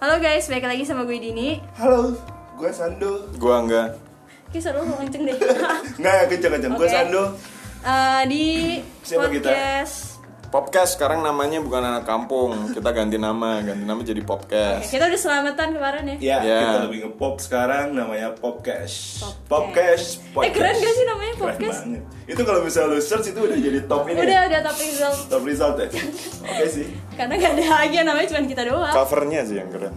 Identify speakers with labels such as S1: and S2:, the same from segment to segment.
S1: Halo guys, balik lagi sama gue Dini.
S2: Halo, gue Sando.
S3: Gua enggak.
S1: Oke, seru lu kenceng deh.
S2: Nggak ya kenceng-kenceng, gue
S1: Oke.
S2: Sando.
S1: Eh, di
S2: Siapa kita?
S1: podcast
S3: Popcast sekarang namanya bukan anak kampung. Kita ganti nama, ganti nama jadi
S1: Oke,
S3: Popcast.
S1: kita udah selamatan kemarin ya.
S2: Ya,
S3: Ya.
S2: kita lebih nge-pop sekarang namanya Popcash.
S1: Popcash. Eh,
S2: Popcash.
S1: keren
S2: podcast.
S1: gak sih namanya
S2: Keren
S1: podcast?
S2: banget. Itu kalau misalnya lu search itu udah jadi top ini.
S1: Udah,
S2: ya?
S1: udah top result.
S2: Top result ya. Oke sih.
S1: Karena gak ada lagi yang namanya cuma kita doang.
S3: Covernya sih yang keren.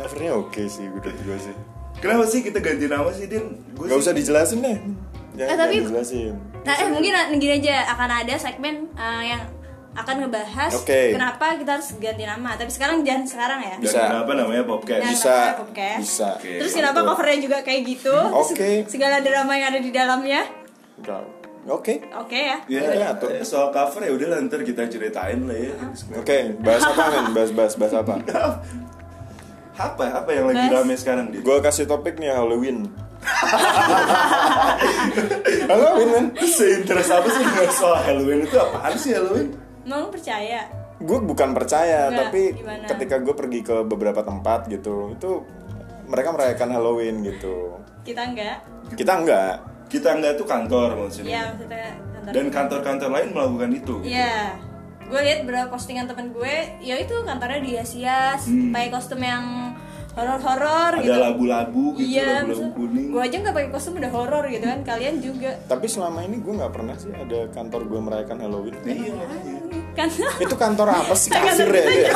S3: Covernya oke sih, menurut gua sih.
S2: Kenapa sih kita ganti nama sih, Din? Gue
S3: Gak usah dijelasin deh. Jangan
S1: Eh, tapi-
S3: jangan dijelasin.
S1: Nah, eh mungkin gini aja akan ada segmen eh, yang akan ngebahas
S3: Oke.
S1: kenapa kita harus ganti nama. Tapi sekarang jangan sekarang ya.
S3: Bisa.
S2: Kenapa namanya Popcash?
S1: Jangan.
S3: Bisa,
S1: namanya Popcast.
S3: bisa.
S2: Oke.
S1: Terus kenapa
S3: betul.
S1: covernya juga kayak gitu?
S3: Oke.
S1: Segala drama yang ada di dalamnya.
S3: Enggak. Oke.
S1: Oke ya.
S3: Oke,
S2: Ya,
S3: atuh.
S2: eh, soal cover ya udah ntar kita ceritain lah ya.
S3: Oke, bahas apa men? Bahas bahas bahas apa?
S2: Apa apa yang lagi
S1: Mas.
S2: rame sekarang, Din?
S3: Gua kasih topik nih Halloween. Halloween men.
S2: Seinteres apa sih dengan soal Halloween itu apaan sih Halloween?
S1: Mau percaya?
S3: gue bukan percaya
S1: Enggak,
S3: tapi
S1: gimana?
S3: ketika gue pergi ke beberapa tempat gitu itu mereka merayakan Halloween gitu
S1: Kita enggak.
S3: kita enggak
S2: Kita nggak tuh kantor maksudnya.
S1: Iya, maksudnya kantor.
S2: dan kantor-kantor lain melakukan itu gitu.
S1: Iya. Gue lihat berapa postingan temen gue, ya itu kantornya dihias-hias,
S3: Hmm.
S1: pakai kostum yang horor-horor
S2: ada
S1: gitu.
S2: labu-labu gitu
S1: iya,
S2: labu-labu kuning
S1: gue aja nggak pakai kostum udah horor gitu kan, kalian juga.
S3: tapi selama ini gue nggak pernah sih ada kantor gue merayakan Halloween
S2: Nah, iya makanya.
S1: Kan
S3: itu kantor apa sih kasir ya dia?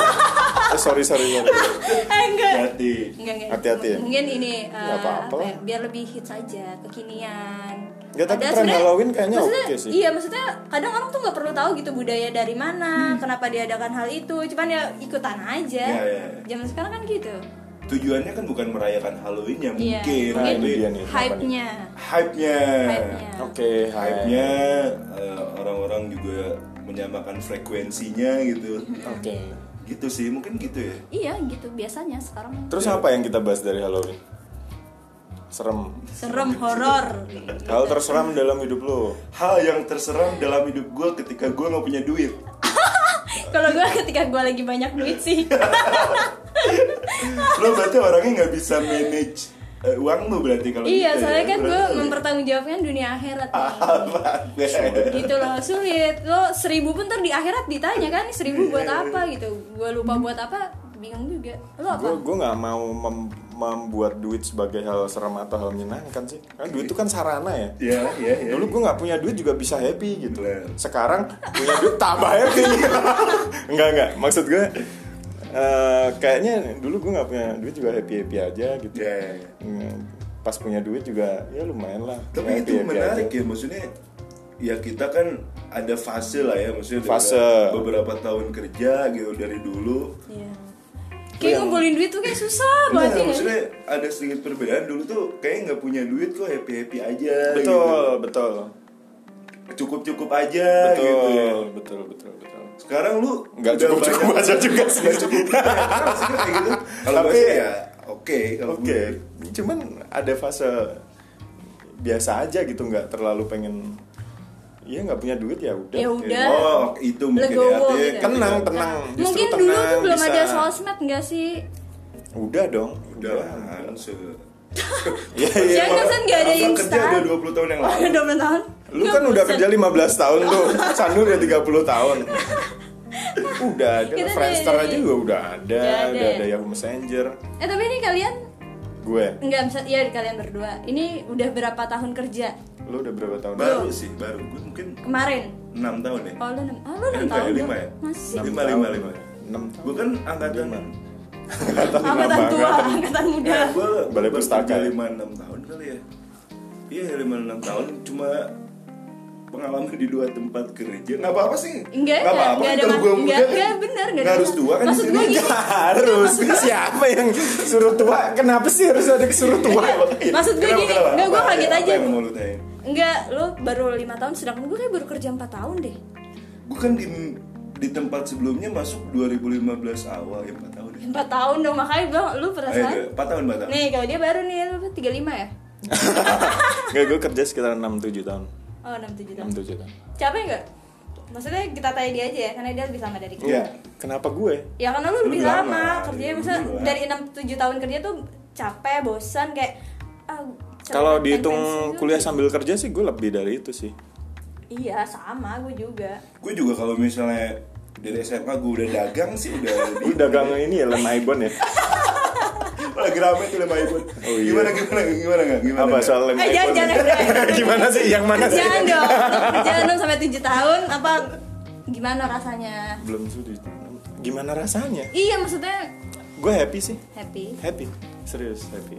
S3: Eh, sorry sorry sorry
S1: eh, enggak.
S2: berarti
S1: Enggak, enggak.
S3: Ya. Hati-hati ya?
S1: Mungkin ini eh,
S3: Nggak apa-apa
S1: ya,
S3: lah.
S1: biar lebih hits aja, kekinian.
S3: Ya,
S1: Ada
S3: tapi tren
S1: sebenarnya-
S3: Halloween kayaknya
S1: maksudnya-
S3: oke sih.
S1: Iya, maksudnya kadang orang tuh nggak perlu tahu gitu budaya dari
S3: Hmm.
S1: mana, kenapa diadakan hal itu, cuman ya ikutan aja.
S2: Iya, iya, iya.
S1: Zaman sekarang kan gitu.
S2: tujuannya kan bukan merayakan Halloween ya
S1: Iya,
S2: mungkin
S3: Nah,
S2: tapi
S3: ini dia nih. Kenapa nih?
S1: Hype-nya.
S2: hype-nya
S1: Hype-nya.
S3: oke hai
S2: hype-nya eh, orang-orang juga menyamakan frekuensinya gitu
S3: oke
S2: gitu sih mungkin gitu ya
S1: Iya gitu biasanya sekarang.
S3: terus apa yang kita bahas dari Halloween serem
S1: Serem horor.
S3: hal terseram dalam hidup lo
S2: hal yang terseram dalam hidup gue ketika gue nggak punya duit
S1: Kalau gue ketika gue lagi banyak duit sih.
S2: lo berarti orangnya nggak bisa manage eh, uang lo berarti kalau
S1: iya,
S2: gitu
S1: soalnya
S2: ya.
S1: kan gue
S2: Berarti lo-
S1: mempertanggungjawabkan dunia akhirat nih.
S2: Apaan?
S3: Iya,
S1: gitu loh sulit lo seribu pun ntar di akhirat ditanya kan "Ini seribu buat apa gitu gue lupa buat apa bingung juga lo apa
S3: gue gue nggak mau mem- membuat duit sebagai hal serem atau hal menyenangkan sih karena duit itu kan sarana ya
S2: ya ya ya
S3: dulu gue nggak punya duit juga bisa happy gitu
S2: Bener.
S3: sekarang punya duit tambah happy enggak enggak maksud gue eh, kayaknya dulu gue nggak punya duit juga happy happy aja gitu
S2: Ya, ya, ya.
S3: Hmm, pas punya duit juga ya lumayan lah
S2: tapi itu
S3: happy-happy
S2: menarik
S3: aja.
S2: ya maksudnya ya kita kan ada fase lah ya maksudnya dari
S3: Fase.
S2: beberapa tahun kerja gitu dari dulu
S1: Iya. kayak ngumpulin duit tuh kayak
S3: Iya,
S1: susah banget
S2: Nah,
S1: ya nggak sih?
S2: maksudnya ada sedikit perbedaan dulu tuh kayak nggak punya duit kok happy happy aja
S3: betul betul
S2: gitu. cukup cukup aja
S3: betul
S2: gitu ya.
S3: betul betul betul
S2: sekarang lu
S3: Nggak
S2: udah
S3: cukup-cukup
S2: banyak- Iya.
S3: aja juga sih.
S2: Nggak cukup maksudnya kayak gitu kalau
S3: Tapi-
S2: gue sih ya oke kalau
S3: Oke,
S2: gue
S3: cuman ada fase biasa aja gitu, nggak terlalu pengen. Iya nggak punya duit ya udah.
S1: Ya udah.
S2: oh itu mungkin ya
S1: Legowo
S2: artinya
S1: gitu.
S3: Tenang,
S2: ketika-
S3: tenang. Justru
S1: mungkin dulu
S3: tenang,
S1: tuh belum
S3: bisa.
S1: ada sosmed nggak sih
S3: Udah dong.
S2: udah lah se-
S3: Iya iya.
S1: Jangan kan nggak ada
S2: Apa kerja
S1: instan
S2: udah 20 tahun yang lalu
S1: udah berapa tahun
S3: Lu kan udah kerja 15 tahun tuh. Sandu udah 30 tahun. udah ada
S1: Kita
S3: Friendster
S1: dari-
S3: aja juga udah ada,
S1: Udah ada ya?
S3: udah ada Yahoo Messenger.
S1: eh tapi ini kalian
S3: Gue,
S1: nggak bisa ya kalian berdua ini udah berapa tahun kerja
S3: lu udah berapa tahun?
S2: baru sih baru gue mungkin
S1: kemarin
S2: 6 tahun ya
S1: oh lu enam ah, lu enam
S2: Enggak,
S1: tahun
S2: lima ya?
S1: masih
S2: Lima, lima, lima.
S3: 6 tahun.
S2: gue kan angkatan
S3: Lima.
S1: angkatan tua angkatan muda
S2: gue
S3: Balai Pustaka.
S2: 5 6 tahun kali ya iya 5 6 tahun cuma pengalaman di dua tempat kerja nggak apa-apa sih
S1: Enggak, enggak,
S2: nggak apa-apa
S1: enggak ada
S2: kalau
S1: mas-
S2: gue
S1: enggak,
S2: muda kan
S1: enggak, bener, enggak ada
S2: nggak harus
S1: mas-
S2: tua kan
S1: maksud gue
S2: sini
S1: gini.
S3: Nggak harus siapa yang suruh tua kenapa sih harus ada suruh tua
S2: Iya.
S1: Maksud gue gini, enggak gue kaget aja.
S2: gue ya, mau lu tanya
S1: Enggak, lu baru lima tahun sedangkan gue kayak baru kerja 4 tahun deh.
S2: gue kan di di tempat sebelumnya masuk 2015 awal ya 4 tahun ya
S1: 4 tahun dong makanya gue lu
S2: eh,
S1: perasaan.
S2: 4 tahun 4 tahun
S1: kan? Nih, kalau dia baru nih lu 35 ya?
S3: nggak gue kerja sekitar 6-7 tahun
S1: Oh, 67 tahun.
S3: 6-7 tahun
S1: Capek enggak? maksudnya kita tanya dia aja ya karena dia lebih lama dari kita
S3: Iya. Kenapa gue?
S1: ya karena lu lebih
S2: Lebih
S1: lama,
S2: lama,
S1: kerjanya
S2: iya,
S1: misalnya
S2: lebih lama.
S1: dari enam tujuh tahun kerja tuh capek bosan kayak ah, capek,
S3: Kalau
S1: pengen pensiun.
S3: dihitung kuliah sambil kerja sih gue lebih dari itu sih.
S1: iya sama gue juga
S2: Gue juga kalau misalnya dari SMA gue udah dagang sih udah lebih-
S3: Lu dagang ini ya lem Aibon ya?
S2: lagi rame tuh lemah ibu.
S3: Oh, iya.
S2: Gimana gimana gimana nggak gimana?
S3: Apa
S2: nggak?
S3: soal lem
S1: Eh, jangan,
S3: Aibon?
S1: jangan, jangan.
S3: Gimana sih? Yang mana sih?
S1: jangan dong jangan enam sampai tujuh tahun apa gimana rasanya
S3: Belum sudi. Gimana rasanya?
S1: iya maksudnya
S3: Gue happy sih.
S1: happy
S3: Happy. Serius happy.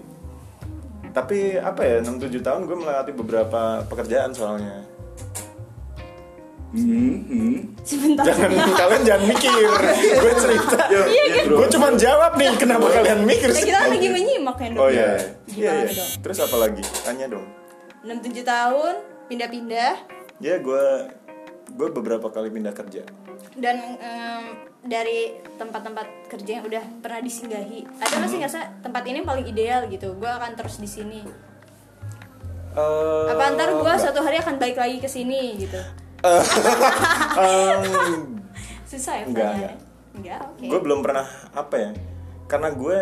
S3: Tapi apa ya 6-7 tahun gue melewati beberapa pekerjaan soalnya.
S2: Hmm, hmm.
S1: sebentar
S3: Jangan kalian jangan mikir. gue cerita.
S2: Iya, kan?
S3: Gue cuma jawab nih kenapa kalian mikir
S1: Ya,
S3: sih?
S1: kita lagi menyimak ya
S3: Oh iya.
S1: Gimana
S3: Iya, iya.
S1: dong?
S3: Terus apa lagi? Tanya dong.
S1: enam tujuh tahun pindah-pindah
S3: Ya gue gue beberapa kali pindah kerja.
S1: dan em, dari tempat-tempat kerja yang udah pernah disinggahi ada
S3: Mhm.
S1: nggak sih ngerasa tempat ini paling ideal gitu gue akan terus di sini
S3: Eh,
S1: apa ntar gue
S3: enggak. Eh,
S1: suatu hari akan balik lagi ke sini gitu
S3: Em,
S1: susah ya
S3: Enggak,
S1: pertanyaannya enggak oke
S3: gue belum pernah apa ya? Karena gue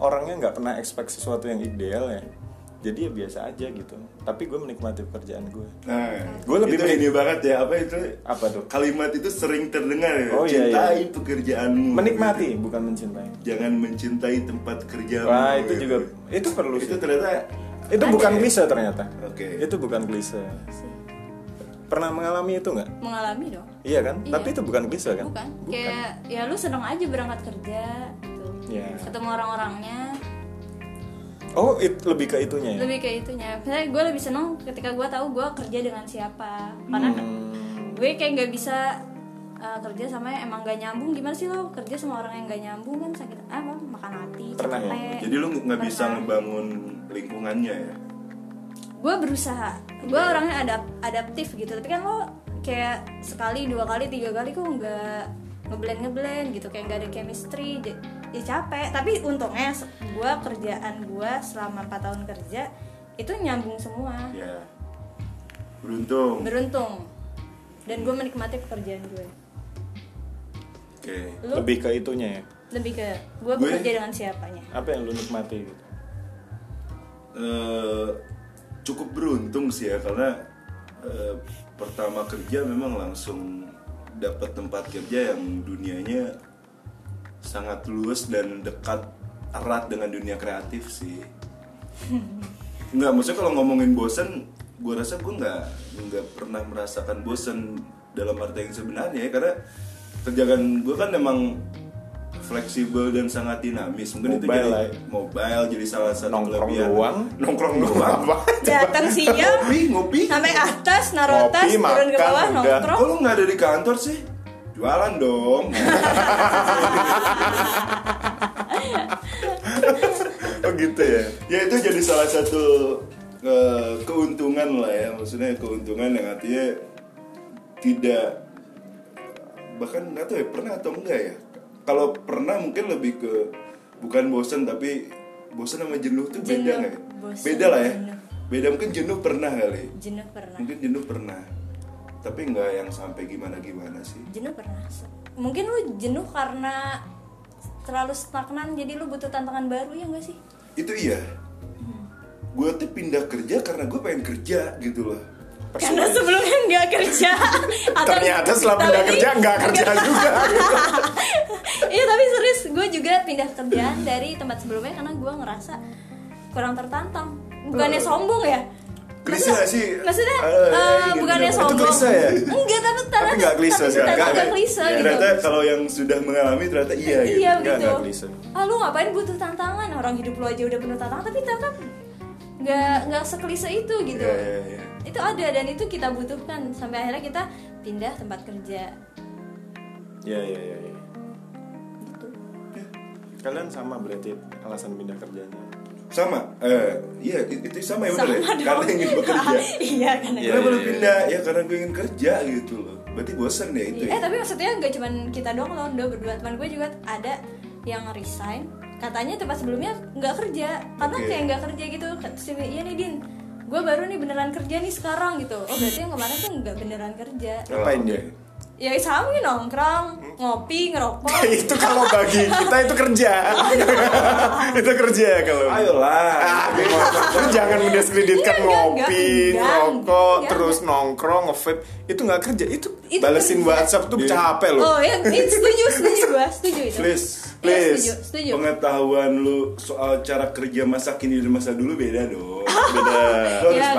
S3: orangnya nggak pernah expect sesuatu yang ideal ya. Jadi ya biasa aja gitu. Tapi gue menikmati pekerjaan gue.
S2: Nah,
S3: Gua lebih
S2: itu
S3: men-
S2: ini banget ya apa itu?
S3: Apa tuh?
S2: Kalimat itu sering terdengar ya.
S3: Oh, iya,
S2: Cintai
S3: iya.
S2: pekerjaanmu.
S3: Menikmati bukan mencintai.
S2: Jangan mencintai tempat kerjamu. Gitu.
S3: Wah itu juga itu perlu
S2: Itu
S3: sih.
S2: ternyata
S3: Itu bukan klise ternyata.
S2: Oke.
S3: Itu bukan klise. Pernah mengalami itu nggak?
S1: mengalami dong
S3: Iya kan?
S1: Iya.
S3: Tapi itu bukan klise kan?
S1: bukan kayak ya lu seneng aja berangkat kerja gitu
S3: Iya.
S1: ketemu orang-orangnya
S3: Oh, it, lebih ke itunya ya.
S1: lebih ke itunya misalnya gue lebih seneng ketika gue tahu gue kerja dengan siapa karena gue kayak nggak bisa uh, kerja sama yang emang gak nyambung gimana sih lo kerja sama orang yang gak nyambung kan sakit ah, apa makan hati
S3: Pernah ya?
S1: Eh,
S2: Jadi lu nggak
S1: kan?
S2: bisa ngebangun lingkungannya ya.
S1: gue berusaha gue
S3: Iya.
S1: orangnya adap adaptif gitu tapi kan lo kayak sekali dua kali tiga kali kok nggak ngeblend ngeblend gitu kayak nggak ada chemistry j- ya capek tapi untungnya gue kerjaan gue selama 4 tahun kerja itu nyambung semua
S2: Ya. Beruntung.
S1: beruntung dan gue menikmati pekerjaan gue
S2: Oke.
S1: lu lebih,
S3: Lebih ke itunya ya.
S1: ke gue
S2: Gue?
S1: bekerja dengan siapanya
S3: Apa yang lu nikmati gitu?
S2: Eh, cukup beruntung sih ya karena eh, pertama kerja memang langsung dapat tempat kerja yang dunianya sangat luas dan dekat erat dengan dunia kreatif sih. Nggak, maksudnya kalau ngomongin bosen, gue rasa gue nggak nggak pernah merasakan bosen dalam arti yang sebenarnya ya, karena kerjaan gue kan memang fleksibel dan sangat dinamis mungkin itu
S3: Mobile
S2: jadi
S3: lah ya.
S2: mobile jadi salah satu
S3: Nongkrong
S2: kelebihan.
S3: doang.
S2: nongkrong doang apa
S1: datang siang
S2: ngopi ngopi
S1: sampai atas naruh
S3: Ngopi,
S1: tas turun ke
S3: makan,
S1: bawah
S3: udah.
S1: nongkrong
S2: kok lu nggak ada di kantor sih jualan dong
S3: Oh gitu ya.
S2: ya itu jadi salah satu eh, keuntungan lah ya maksudnya keuntungan yang artinya tidak bahkan nggak tahu ya pernah atau enggak ya kalau pernah mungkin lebih ke bukan bosen tapi bosen sama jenuh tuh beda
S1: Jenuh,
S2: nggak ya?
S1: bosen,
S2: beda lah ya
S1: jenuh.
S2: beda mungkin jenuh pernah kali
S1: jenuh pernah
S2: mungkin jenuh pernah tapi nggak yang sampai gimana gimana sih
S1: jenuh pernah mungkin lu jenuh karena terlalu stagnan jadi lu butuh tantangan baru ya gak sih
S2: itu iya
S1: Hmm.
S2: gue tuh pindah kerja karena gue pengen kerja gitu loh
S1: karena sebelumnya nggak kerja Atau-
S3: Ternyata setelah pindah
S1: tapi-
S3: kerja nggak kerja juga.
S1: Iya tapi serius gue juga pindah kerjaan dari tempat sebelumnya karena gue ngerasa kurang tertantang.
S3: Eh,
S1: Bukannya sombong ya?
S2: Klise
S1: Maksudnya-
S2: gak sih?
S1: Maksudnya
S2: Eh,
S1: eh,
S2: iya, gitu,
S1: bukannya
S2: itu
S1: sombong?
S3: klise ya?
S1: Enggak tapi ternyata
S3: nggak
S1: tapi
S3: klise sih, Iya,
S1: ternyata
S3: nggak,
S1: nggak
S2: Kayak-
S1: klise
S2: ya,
S1: gitu.
S2: ternyata kalau yang sudah mengalami ternyata iya gitu
S1: iya
S3: nggak,
S1: gitu.
S3: nggak klise.
S1: Ah lu ngapain butuh tantangan? Orang hidup lu aja udah penuh tantangan tapi ternyata nggak nggak seklise itu gitu.
S2: Iya, iya, iya.
S1: Itu ada dan itu kita butuhkan sampai akhirnya kita pindah tempat kerja.
S3: Iya iya iya. Ya.
S1: Gitu.
S3: Kalian sama berarti alasan pindah kerjanya.
S2: sama eh iya itu itu sama ya bener
S1: Sama
S2: ya
S1: dong.
S2: karena ingin bekerja
S1: iya karena
S3: Iya,
S2: kenapa
S3: iya,
S2: lu
S3: iya.
S2: pindah ya karena gue ingin kerja gitu loh berarti bosen ya itu
S1: Eh
S2: ya.
S1: tapi maksudnya nggak cuman kita doang loh, udah berdua teman gue juga ada yang resign. Katanya tempat sebelumnya nggak kerja, karena
S2: Oke.
S1: kayak nggak kerja gitu. Terus dia bilang, iya nih Din, gue baru nih beneran kerja nih sekarang gitu. Oh berarti yang kemarin tuh nggak beneran kerja.
S2: Oh,
S3: Ngapain
S2: oke.
S3: dia?
S1: ya sami nongkrong ngopi
S2: Iya,
S1: ngerokok
S3: itu kalau bagi kita itu kerja itu kerja ya kalau
S2: Ayolah.
S3: Ah, lu jangan
S1: Iya,
S3: mendiskreditkan
S1: enggak, enggak,
S3: ngopi,
S1: enggak.
S3: ngerokok,
S1: Iya,
S3: terus nongkrong, nge-vape itu nggak kerja itu,
S1: Itu
S3: balesin
S1: kerja.
S3: WhatsApp tuh
S2: Iya.
S3: capek loh
S1: oh ya ini setuju setuju gue setuju itu
S2: Please,
S1: Iya,
S3: please.
S1: setuju setuju
S2: Pengetahuan lu soal cara kerja masa kini dan masa dulu beda dong.
S3: beda
S2: Lu
S1: Iya,
S2: harus
S1: kan?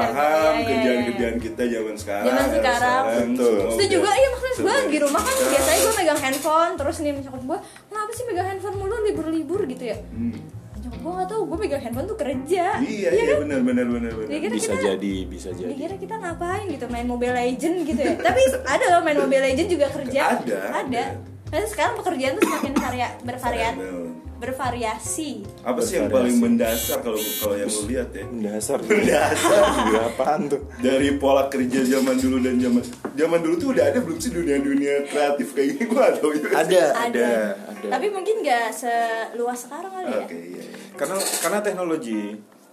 S1: Iya,
S2: paham
S1: iya,
S2: kerjaan-kerjaan kita zaman sekarang.
S1: Zaman
S2: era
S1: sekarang.
S3: Betul.
S2: semua
S1: Setuju juga
S2: udah
S1: iya maksudnya gue
S2: serba
S1: di rumah kan
S2: digital.
S1: biasanya gue megang handphone terus nih nyokap gue kenapa sih megang handphone mulu libur-libur gitu ya
S2: Hmm.
S1: nyokap gue gak tau gue megang handphone tuh kerja
S2: Iya, iya
S1: kan?
S2: benar benar benar benar.
S1: Dikira
S3: bisa
S1: kita-
S3: jadi bisa jadi
S1: dikira kita ngapain gitu main Mobile Legend gitu ya tapi ada loh main Mobile Legend juga kerja
S2: Ada,
S1: ada
S2: ada.
S1: Nah, sekarang pekerjaan tuh semakin karya bervarian
S2: Benar.
S1: bervariasi
S2: Apa sih yang
S3: Bervariasi.
S2: paling mendasar kalau kalau yang lu lihat ya?
S3: dasar dasar Iya, apaan tuh
S2: dari pola kerja zaman dulu dan zaman zaman dulu tuh udah ada belum sih dunia-dunia kreatif kayak gini gua atau
S3: ada ada
S1: tapi mungkin gak seluas sekarang kali ya
S2: Oke, iya. iya.
S3: karena karena teknologi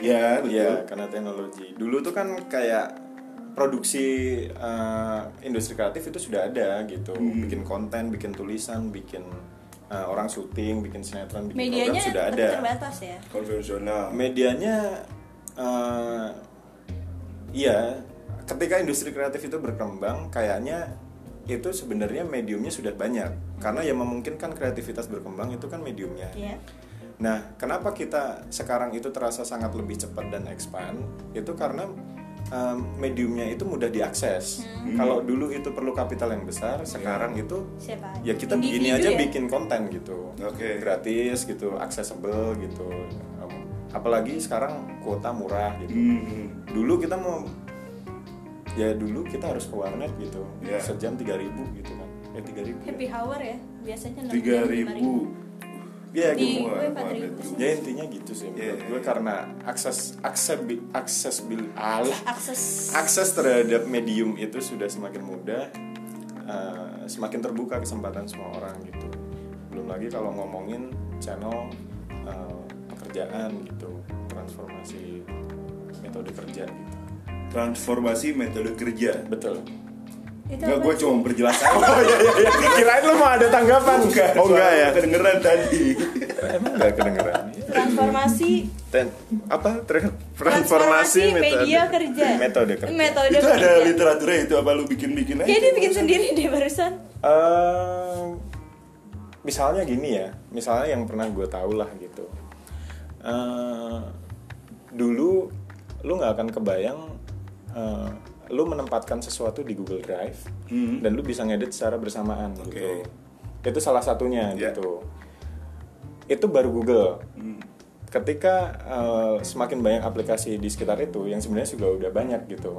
S2: Ya, betul.
S3: Iya, karena teknologi. Dulu tuh kan kayak produksi eh, industri kreatif itu sudah ada gitu, bikin konten, bikin tulisan, bikin eh, orang syuting, bikin sinetron, bikin
S1: medianya
S3: program sudah
S1: tetap
S3: ada.
S1: terbatas ya
S2: Konvensional.
S3: Medianya, eh, iya, ketika industri kreatif itu berkembang, kayaknya itu sebenarnya mediumnya sudah banyak karena yang memungkinkan kreativitas berkembang itu kan mediumnya.
S1: Iya.
S3: Nah, kenapa kita sekarang itu terasa sangat lebih cepat dan expand? Itu karena um, mediumnya itu mudah diakses.
S1: Hmm.
S3: Kalau dulu itu perlu kapital yang
S2: Iya.
S3: besar, sekarang itu
S1: siapa
S3: ya kita begini
S1: Individu
S3: aja
S1: ya?
S3: bikin konten gitu.
S2: Oke.
S3: Gratis gitu, accessible gitu. Um, apalagi sekarang kuota murah gitu
S2: Hmm.
S3: dulu kita mau ya dulu kita harus ke warnet gitu
S2: Iya.
S3: sejam 3000 gitu kan eh 3000
S1: happy
S3: ya.
S1: hour ya biasanya enam
S2: Tiga
S1: jam, lima
S2: ribu.
S3: Iya,
S1: Di
S3: gitu.
S1: gue empat
S2: Warnet
S1: ribu
S2: juga.
S3: ya intinya gitu sih menurut
S2: Iya,
S3: gue
S2: iya.
S3: karena akses akses akses bil alah
S1: akses
S3: akses terhadap medium itu sudah semakin mudah eh, semakin terbuka kesempatan semua orang gitu belum lagi kalau ngomongin channel eh, pekerjaan gitu transformasi metode kerja gitu
S2: Transformasi metode kerja.
S3: betul
S1: itu
S2: Enggak,
S1: apa
S2: gua
S1: sih?
S2: cuma memperjelaskan. oh iya,
S3: kirain lu mau ada tanggapan oh enggak ya
S2: Kedengeran tadi.
S3: emang enggak kedengeran
S1: transformasi
S3: Ten- apa Tra-
S1: Transformasi
S3: transformasi
S1: media kerja
S3: metode kerja
S1: metode
S2: itu ada
S1: kerja.
S2: literaturnya itu apa lu bikin-bikin aja?
S1: Kayaknya iya. dia bikin sendiri deh barusan
S3: Eh, misalnya gini ya, misalnya yang pernah gue tahu lah gitu. Eh, dulu lu nggak akan kebayang eh, lu menempatkan sesuatu di Google Drive
S2: Hmm.
S3: dan lu bisa ngedit secara bersamaan
S2: Oke.
S3: gitu. Itu salah satunya
S2: Ya.
S3: gitu. Itu baru Google.
S2: Hmm.
S3: Ketika eh, semakin banyak aplikasi di sekitar itu, yang sebenarnya juga udah banyak gitu,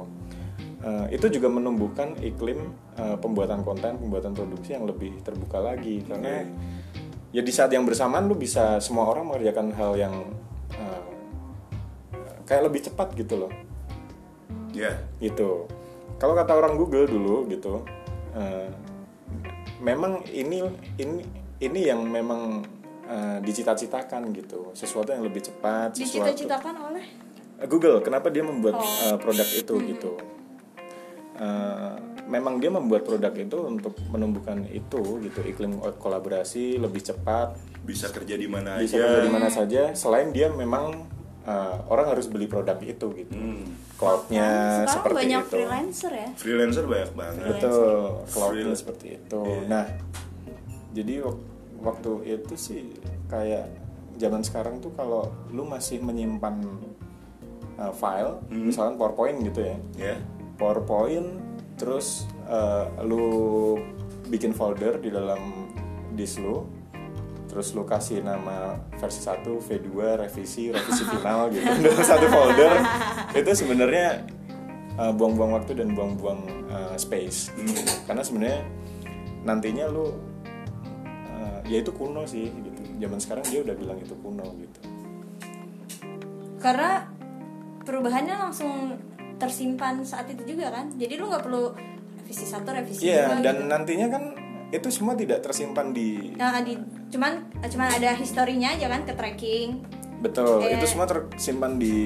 S3: Eh, itu juga menumbuhkan iklim eh, pembuatan konten, pembuatan produksi yang lebih terbuka lagi karena ya di saat yang bersamaan lu bisa semua orang mengerjakan hal yang eh, kayak lebih cepat gitu loh,
S2: Ya.
S3: gitu. Kalau kata orang Google dulu gitu, eh, memang ini ini ini yang memang eh, dicita-citakan gitu, sesuatu yang lebih cepat, sesuatu Eh,
S1: dicita-citakan oleh
S3: Google kenapa dia membuat
S1: Oh.
S3: uh, produk itu gitu Uh, memang dia membuat produk itu untuk menumbuhkan itu gitu iklim kolaborasi lebih cepat
S2: Bisa kerja di mana
S3: bisa
S2: aja.
S3: dari mana saja selain dia memang uh, orang harus beli produk itu gitu
S2: Hmm.
S3: cloudnya
S1: sekarang
S3: seperti
S1: banyak
S3: itu
S1: freelancer ya
S2: Freelancer banyak banget.
S3: betul cloudnya
S2: Freelance.
S3: seperti itu
S2: Iya.
S3: nah jadi wak- waktu itu sih kayak zaman sekarang tuh kalau lu masih menyimpan uh, file
S2: Hmm.
S3: misalkan PowerPoint gitu ya
S2: Ya.
S3: PowerPoint terus eh, lu bikin folder di dalam disk lu terus lu kasih nama versi 1, V2, revisi, revisi final gitu dalam satu folder itu sebenarnya eh, buang-buang waktu dan buang-buang eh, space karena sebenarnya nantinya lu eh, ya itu kuno sih gitu zaman sekarang dia udah bilang itu kuno gitu
S1: karena perubahannya langsung tersimpan saat itu juga kan jadi lu nggak perlu revisi satu revisi
S3: iya
S1: dua
S3: dan
S1: gitu.
S3: nantinya kan itu semua tidak tersimpan di
S1: Nah, di, cuman cuman ada historinya aja kan ke tracking
S3: Betul,
S1: Kayak-
S3: itu semua tersimpan di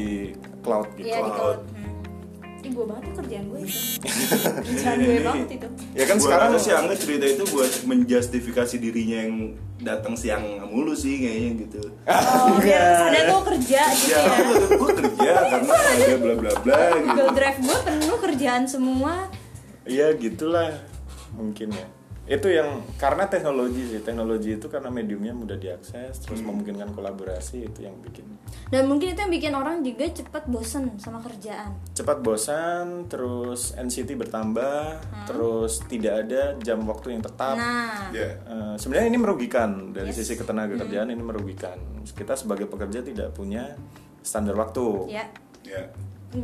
S3: cloud gitu.
S1: Iya di
S2: cloud.
S1: cloud. Hmm. Ih gue banget tuh kerjaan gue itu Kerjaan gue banget itu
S3: Ya kan
S2: Gua
S3: sekarang
S2: rasa sih Angga cerita itu buat menjustifikasi dirinya yang datang siang mulu sih kayaknya gitu.
S1: Oh biar kesannya gue kerja gitu
S2: Ya,
S1: ya
S2: gue kerja karena ada bla bla bla gitu.
S1: Google Drive gue penuh kerjaan semua
S3: Iya gitulah mungkin ya. Itu yang karena teknologi sih. Teknologi itu karena mediumnya mudah diakses, terus
S2: Hmm.
S3: memungkinkan kolaborasi itu yang bikin
S1: Dan mungkin itu yang bikin orang juga cepet bosen sama kerjaan
S3: cepat bosan, terus NCT bertambah, terus tidak ada jam waktu yang tetap.
S1: Hmm. Nah
S2: Ya.
S3: Eh, sebenarnya ini merugikan dari
S1: Yes. Hmm.
S3: sisi ketenaga kerjaan ini merugikan. Kita sebagai pekerja tidak punya standar waktu.
S1: ya
S2: Ya.